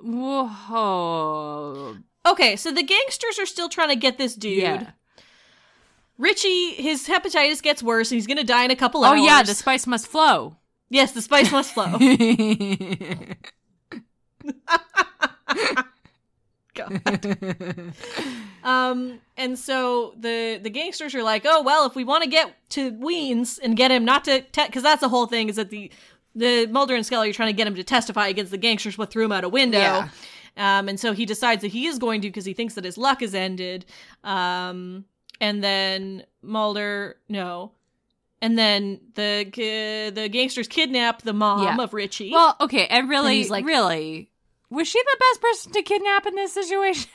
S2: Whoa.
S3: Okay, so the gangsters are still trying to get this dude.
S2: Yeah.
S3: Richie, his hepatitis gets worse, and he's gonna die in a couple
S2: Oh
S3: hours.
S2: yeah, the spice must flow.
S3: yes, the spice must flow. God. um, and so the the gangsters are like, oh well, if we want to get to Weens and get him not to, because that's the whole thing is that the the Mulder and Scully are trying to get him to testify against the gangsters what threw him out a window.
S2: Yeah.
S3: Um, and so he decides that he is going to because he thinks that his luck is ended. Um, and then Mulder, no. And then the ki- the gangsters kidnap the mom
S2: Yeah.
S3: of Richie.
S2: well, okay, and really,
S3: he's like-
S2: really, was she the best person to kidnap in this situation?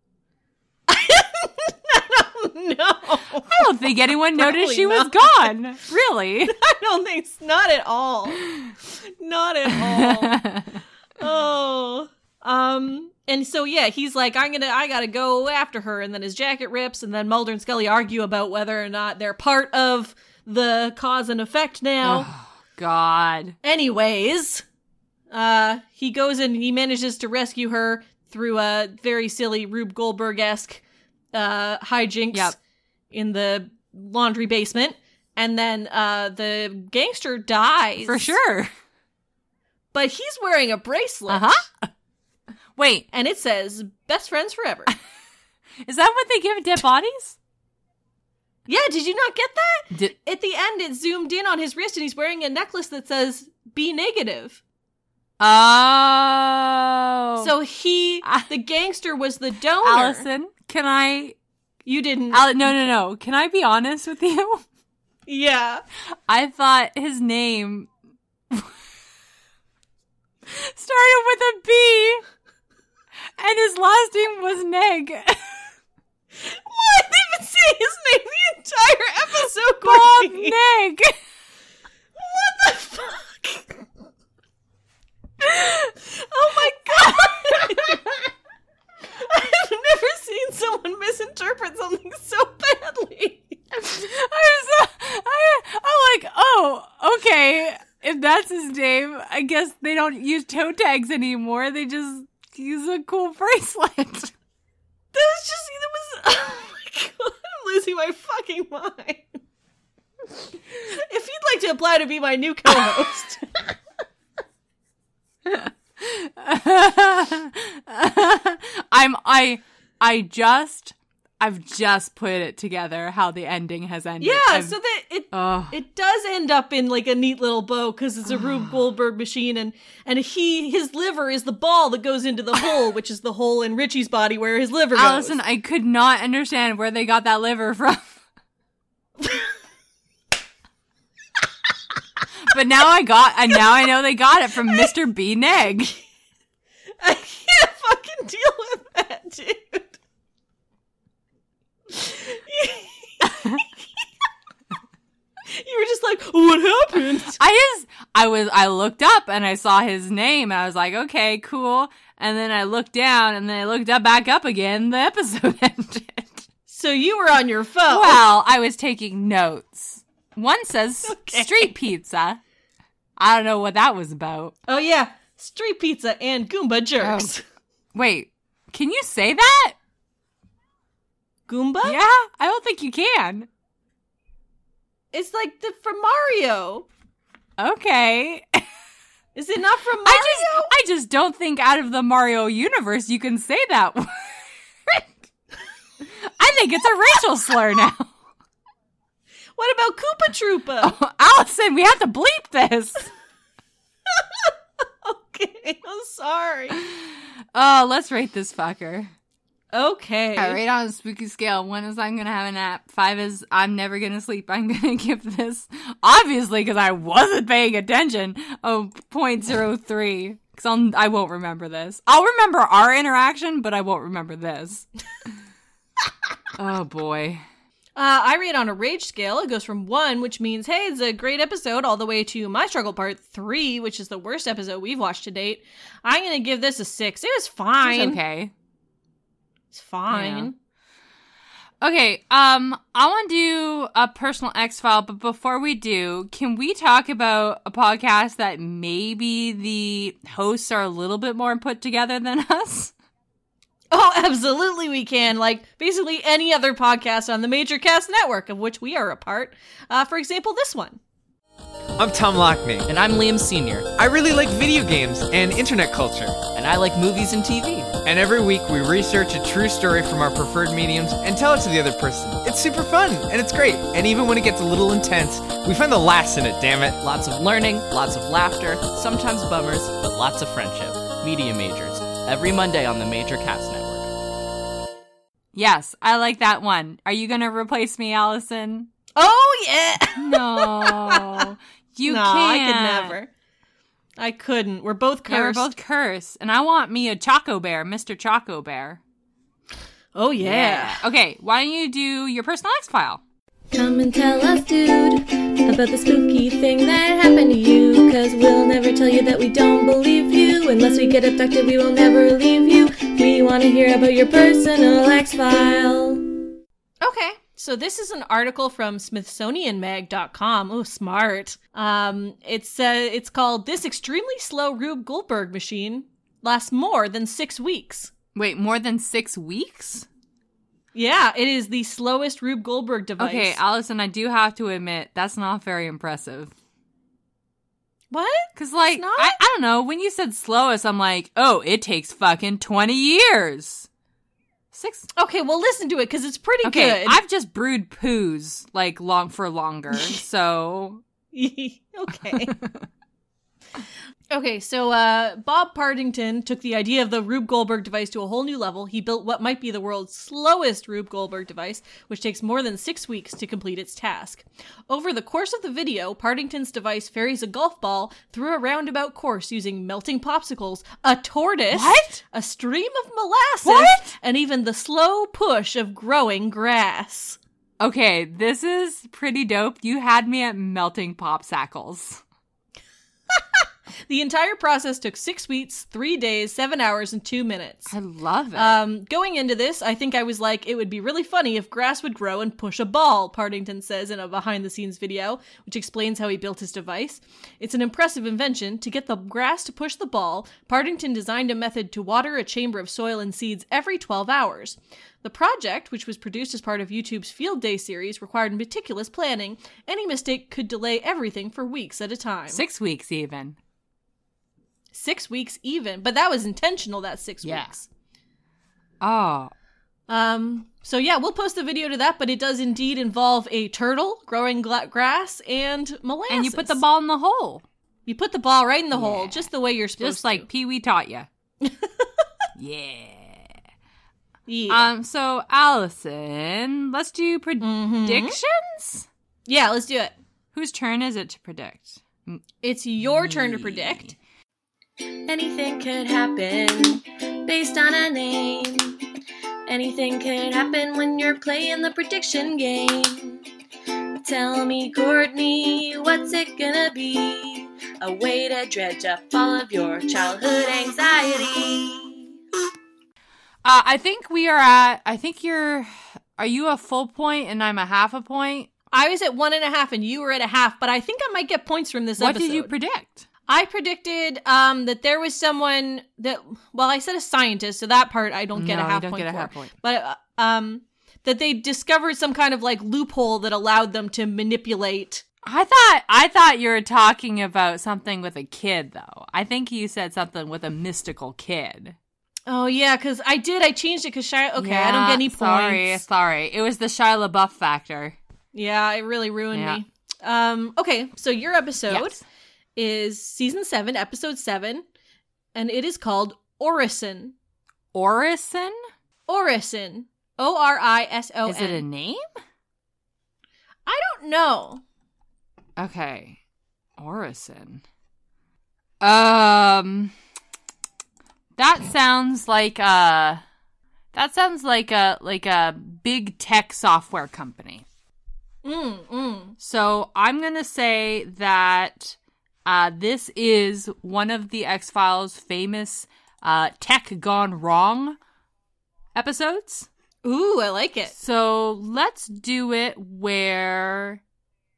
S3: no.
S2: I don't think anyone noticed
S3: Probably
S2: she was
S3: not.
S2: gone. Really?
S3: I don't think s- not at all. Not at all. oh. Um and so yeah, he's like, I'm gonna I gotta go after her, and then his jacket rips, and then Mulder and Scully argue about whether or not they're part of the cause and effect now.
S2: oh, God.
S3: Anyways, uh he goes and he manages to rescue her through a very silly Rube Goldberg esque uh hijinks
S2: Yep.
S3: in the laundry basement. And then uh the gangster dies.
S2: For sure.
S3: but he's wearing a bracelet
S2: Uh-huh. Wait,
S3: and it says best friends forever
S2: is that what they give dead bodies?
S3: yeah did you not get that
S2: Did-
S3: at the end it zoomed in on his wrist and he's wearing a necklace that says be negative
S2: oh.
S3: so he
S2: Ah.
S3: the gangster was the donor
S2: Allison, can I?
S3: you didn't
S2: Al- no, no, no. Can I be honest with you?
S3: yeah
S2: I thought his name started with a B, and his last name was Neg.
S3: what they didn't say his name the entire episode
S2: Bob
S3: Courtney.
S2: Neg.
S3: what the fuck oh my god i've never seen someone misinterpret something so badly
S2: I was, uh, I, I'm like, oh, okay. If that's his name, I guess they don't use toe tags anymore. They just use a cool bracelet.
S3: That was just that was oh my god, I'm losing my fucking mind. If you'd like to apply to be my new co-host,
S2: I'm I I just I've just put it together how the ending has ended.
S3: Yeah,
S2: I've-
S3: so that it
S2: oh,
S3: it does end up in like a neat little bow because it's a Rube Goldberg machine, and and he his liver is the ball that goes into the hole, which is the hole in Richie's body where his liver
S2: Allison,
S3: goes.
S2: I could not understand where they got that liver from. but now I got, and now I know they got it from Mr. B. Neg.
S3: I can't fucking deal with that, dude. you were just like, what happened?
S2: I just, I was, I looked up and I saw his name, and I was like, okay, cool. And then I looked down, and then I looked up back up again. The episode ended.
S3: So you were on your phone.
S2: Well, I was taking notes. One says
S3: Okay.
S2: street pizza. I don't know what that was about.
S3: Oh yeah, street pizza and Goomba jerks.
S2: Oh. Wait, can you say that?
S3: Goomba?
S2: Yeah, I don't think you can.
S3: It's like the, from Mario.
S2: Okay.
S3: Is it not from Mario?
S2: I just I just don't think out of the Mario universe you can say that word. I think it's a racial slur now.
S3: What about Koopa Troopa?
S2: Allison, we have to bleep this.
S3: Okay, I'm sorry.
S2: Oh, let's rate this fucker.
S3: Okay.
S2: All right, on a spooky scale, one is I'm gonna have a nap. Five is I'm never gonna sleep. I'm gonna give this obviously because I wasn't paying attention. Oh, point zero three because I'll I won't remember this. I'll remember our interaction, but I won't remember this. oh boy.
S3: Uh, I rate on a rage scale. It goes from one, which means, hey, it's a great episode, all the way to My Struggle Part 3, which is the worst episode we've watched to date. I'm going to give this a six. It was fine.
S2: It's okay.
S3: It's fine.
S2: Yeah. Okay, um, I want to do a personal X file, but before we do, can we talk about a podcast that maybe the hosts are a little bit more put together than us?
S3: Oh, absolutely, we can. Like basically any other podcast on the Major Cast Network, of which we are a part. Uh, for example, this one.
S1: I'm Tom Lockney.
S4: And I'm Liam Sr.,
S1: I really like video games and internet culture.
S4: and I like movies and TV.
S1: And every week we research a true story from our preferred mediums and tell it to the other person. It's super fun and it's great. And even when it gets a little intense, we find the laughs in it, damn it.
S4: Lots of learning, lots of laughter, sometimes bummers, but lots of friendship. Media Majors, every Monday on the Major Cast Network.
S2: Yes, I like that one. Are you going to replace me, Allison?
S3: Oh, yeah.
S2: No. You
S3: no,
S2: can't.
S3: I could never. I couldn't. We're both cursed.
S2: Yeah, we're both cursed. And I want me a Choco Bear, Mr. Choco Bear.
S3: Oh, yeah.
S2: Okay, why don't you do your personal X file?
S5: Come and tell us, dude, about the spooky thing that happened to you. Cause we'll never tell you that we don't believe you. Unless we get abducted, we will never leave you. We want to hear about your personal X file.
S3: Okay. So this is an article from SmithsonianMag.com. Oh, smart. Um, it's uh, it's called "This Extremely Slow Rube Goldberg Machine Lasts More Than Six Weeks."
S2: Wait, more than six weeks?
S3: Yeah, it is the slowest Rube Goldberg device.
S2: Okay, Allison, I do have to admit, that's not very impressive.
S3: what?
S2: Because, like,
S3: It's not?
S2: I, I don't know, when you said slowest, I'm like, oh, it takes fucking 20 years. Six
S3: Okay, well, listen to it because it's pretty
S2: Okay,
S3: good.
S2: I've just brewed poos like long for longer. so
S3: okay. okay, so uh, Bob Partington took the idea of the Rube Goldberg device to a whole new level. He built what might be the world's slowest Rube Goldberg device, which takes more than six weeks to complete its task. Over the course of the video, Partington's device ferries a golf ball through a roundabout course using melting popsicles, a tortoise,
S2: What?
S3: a stream of molasses,
S2: What?
S3: and even the slow push of growing grass.
S2: okay, this is pretty dope. You had me at melting popsicles.
S3: The entire process took six weeks, three days, seven hours, and two minutes.
S2: I love it.
S3: Um, going into this, I think I was like, it would be really funny if grass would grow and push a ball, Partington says in a behind the scenes video, which explains how he built his device. It's an impressive invention. To get the grass to push the ball, Partington designed a method to water a chamber of soil and seeds every 12 hours. The project, which was produced as part of YouTube's Field Day series, required meticulous planning. Any mistake could delay everything for weeks at a time.
S2: Six weeks even.
S3: Six weeks even, but that was intentional. That six
S2: Yeah.
S3: weeks.
S2: Oh,
S3: Um, so yeah, we'll post the video to that, but it does indeed involve a turtle growing gla- grass and molasses.
S2: And you put the ball in the hole,
S3: You put the ball right in the hole,
S2: Yeah.
S3: just the way you're supposed
S2: just like
S3: to.
S2: Pee Wee taught you. yeah.
S3: yeah.
S2: Um. So Allison, let's do predictions.
S3: yeah, let's do it.
S2: Whose turn is it to predict?
S3: It's your turn to predict.
S5: Anything could happen based on a name. Anything could happen when you're playing the prediction game. Tell me, Courtney, what's it gonna be? A way to dredge up all of your childhood anxiety.
S2: Uh, I think we are at. I think you're. Are you a full point and I'm a half a point?
S3: I was at one and a half and you were at a half, but I think I might get points from this
S2: what
S3: episode.
S2: did you predict?
S3: I predicted um, that there was someone that, well, I said a scientist, so that part I don't get
S2: No,
S3: a
S2: you
S3: half
S2: don't
S3: point
S2: get a
S3: for.
S2: half point.
S3: But uh, um, that they discovered some kind of like loophole that allowed them to manipulate.
S2: I thought I thought you were talking about something with a kid though. I think you said something with a mystical kid.
S3: Oh yeah, because I did. I changed it because Shia. Okay, I don't
S2: Yeah,
S3: get any points.
S2: Sorry, sorry. It was the Shia LaBeouf factor.
S3: Yeah, it really ruined
S2: Yeah.
S3: me. Um, okay, so your episode
S2: Yes.
S3: is season seven, episode seven, and it is called Orison.
S2: Orison?
S3: Orison. O R I S O N.
S2: Is it a name?
S3: I don't know.
S2: Okay. Orison. Um That sounds like a that sounds like a like a big tech software company.
S3: Mm, mm.
S2: So I'm going to say that uh, this is one of the X Files famous uh, tech gone wrong episodes.
S3: Ooh, I like it.
S2: So let's do it where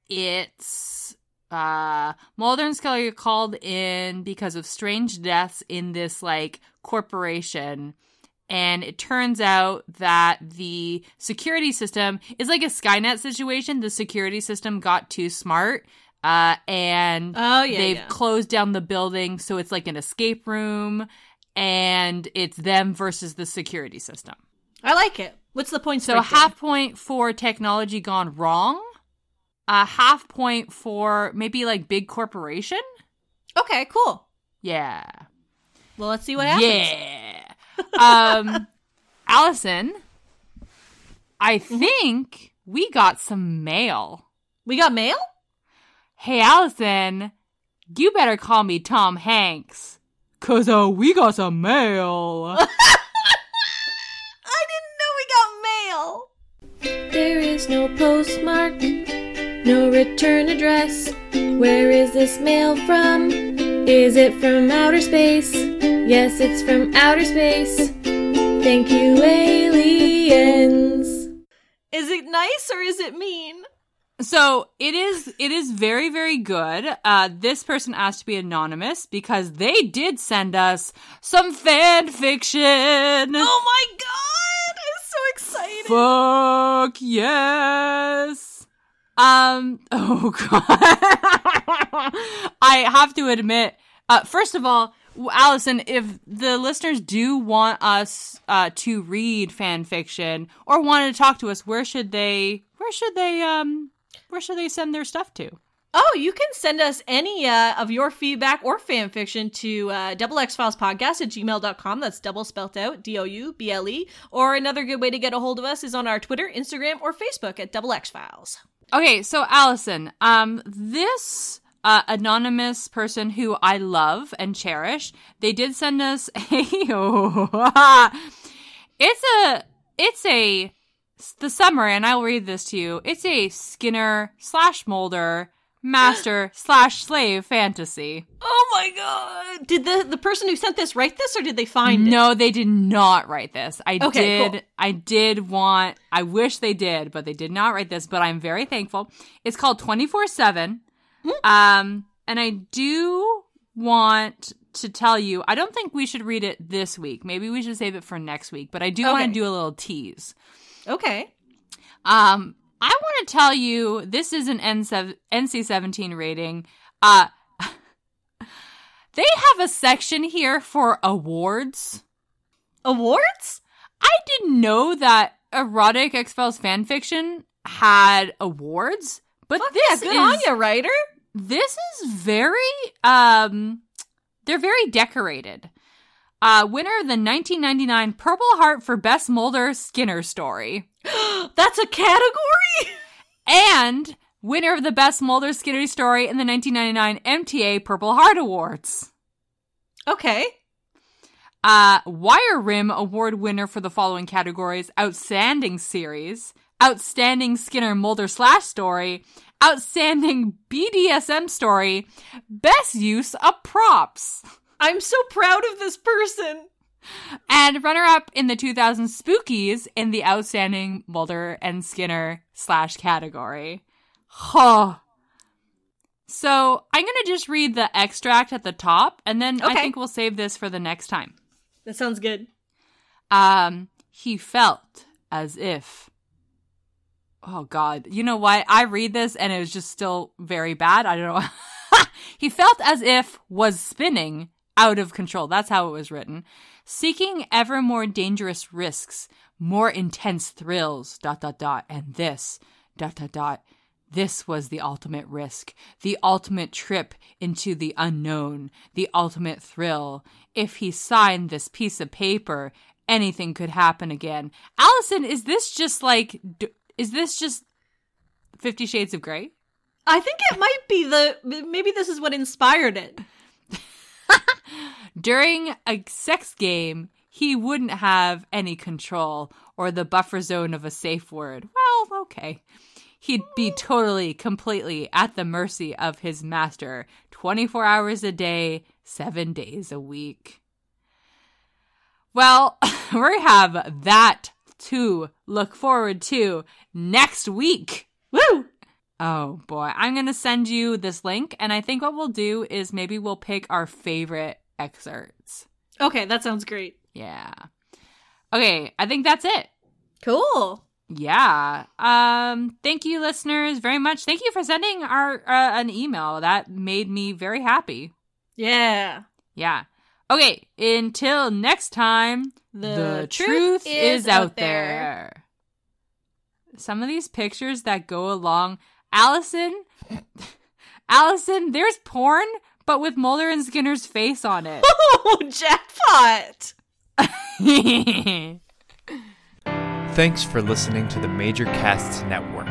S2: it's uh, Mulder and Scully are called in because of strange deaths in this like corporation. And it turns out that the security system is like a Skynet situation. The security system got too smart. Uh, and
S3: Oh yeah,
S2: they've
S3: yeah.
S2: closed down the building. So it's like an escape room. And it's them versus the security system.
S3: I like it. What's the point?
S2: So half point for technology gone wrong. A half point for maybe like big corporation.
S3: Okay, cool.
S2: Yeah.
S3: Well, let's see what happens.
S2: Yeah. um, Allison, I think we got some mail.
S3: We got mail.
S2: Hey, Allison, you better call me Tom Hanks. Cause uh, we got some mail.
S3: I didn't know we got mail.
S5: There is no postmark, no return address. Where is this mail from? Is it from outer space? Yes, it's from outer space. Thank you, aliens.
S3: Is it nice or is it mean?
S2: So it is it is very very good. Uh, this person asked to be anonymous because they did send us some fan fiction.
S3: Oh my god! I'm so excited.
S2: Fuck yes. Um. Oh god. I have to admit. Uh, first of all, w- Allison, if the listeners do want us uh, to read fan fiction or wanted to talk to us, where should they? Where should they? Um. Where should they send their stuff to?
S3: Oh, you can send us any uh, of your feedback or fan fiction to uh, double x files podcast at gmail.com. That's double spelt out, D O U B L E. Or another good way to get a hold of us is on our Twitter, Instagram, or Facebook at double x files.
S2: Okay, so Allison, um, this uh, anonymous person who I love and cherish, they did send us a. it's a. It's a. The summary, and I'll read this to you. It's a Skinner slash Molder master slash slave fantasy.
S3: Oh my god! Did the, the person who sent this write this or did they find it?
S2: No, they did not write this. I
S3: Okay,
S2: did.
S3: cool.
S2: I did want. I wish they did, but they did not write this. But I'm very thankful. It's called twenty four seven.
S3: Hmm.
S2: Um, and I do want to tell you. I don't think we should read it this week. Maybe we should save it for next week. But I do want
S3: Okay.
S2: to do a little tease.
S3: Okay.
S2: Um, I want to tell you this is an NC seventeen rating. Uh, they have a section here for awards.
S3: Awards?
S2: I didn't know that erotic X Files fan fiction had awards, but
S3: Fuck
S2: this
S3: yeah, good
S2: is
S3: on you, writer.
S2: this is very um they're very decorated uh winner of the 1999 purple heart for best mulder skinner story
S3: That's a category.
S2: and winner of the best mulder skinner story in the 1999 mta purple heart awards
S3: Okay.
S2: uh wire rim award winner for the following categories outstanding series outstanding skinner mulder slash story outstanding bdsm story best use of props
S3: I'm so proud of this person.
S2: And runner up in the 2000 Spookies in the outstanding Mulder and Skinner slash category. Huh. So I'm going to just read the extract at the top and then I
S3: Okay.
S2: think we'll save this for the next time.
S3: That sounds good.
S2: Um, he felt as if. Oh God! You know why I read this and it was just still very bad. I don't know. he felt as if was spinning out of control. That's how it was written. Seeking ever more dangerous risks, more intense thrills. Dot dot dot. And this. Dot dot dot. This was the ultimate risk, the ultimate trip into the unknown, the ultimate thrill. If he signed this piece of paper, anything could happen again. Allison, is this just like, d- is this just Fifty Shades of Grey?
S3: I think it might be the maybe this is what inspired it.
S2: During a sex game, he wouldn't have any control or the buffer zone of a safe word. Well, okay. He'd be totally, completely at the mercy of his master 24 hours a day, seven days a week. Well, we have that to look forward to next week.
S3: Woo!
S2: Oh boy, I'm going to send you this link, and I think what we'll do is maybe we'll pick our favorite excerpts.
S3: Okay, that sounds great.
S2: Yeah. Okay, I think that's it.
S3: Cool.
S2: Yeah. Um thank you listeners very much. Thank you for sending our uh, an email. That made me very happy.
S3: Yeah.
S2: Yeah. Okay, until next time,
S3: The truth is out there.
S2: there. Some of these pictures that go along Allison Allison, there's porn but with Mulder and Skinner's face on it.
S3: Oh, jackpot.
S1: Thanks for listening to the Major Casts Network.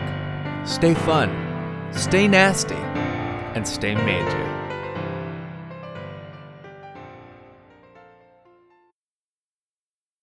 S1: Stay fun, stay nasty, and stay major.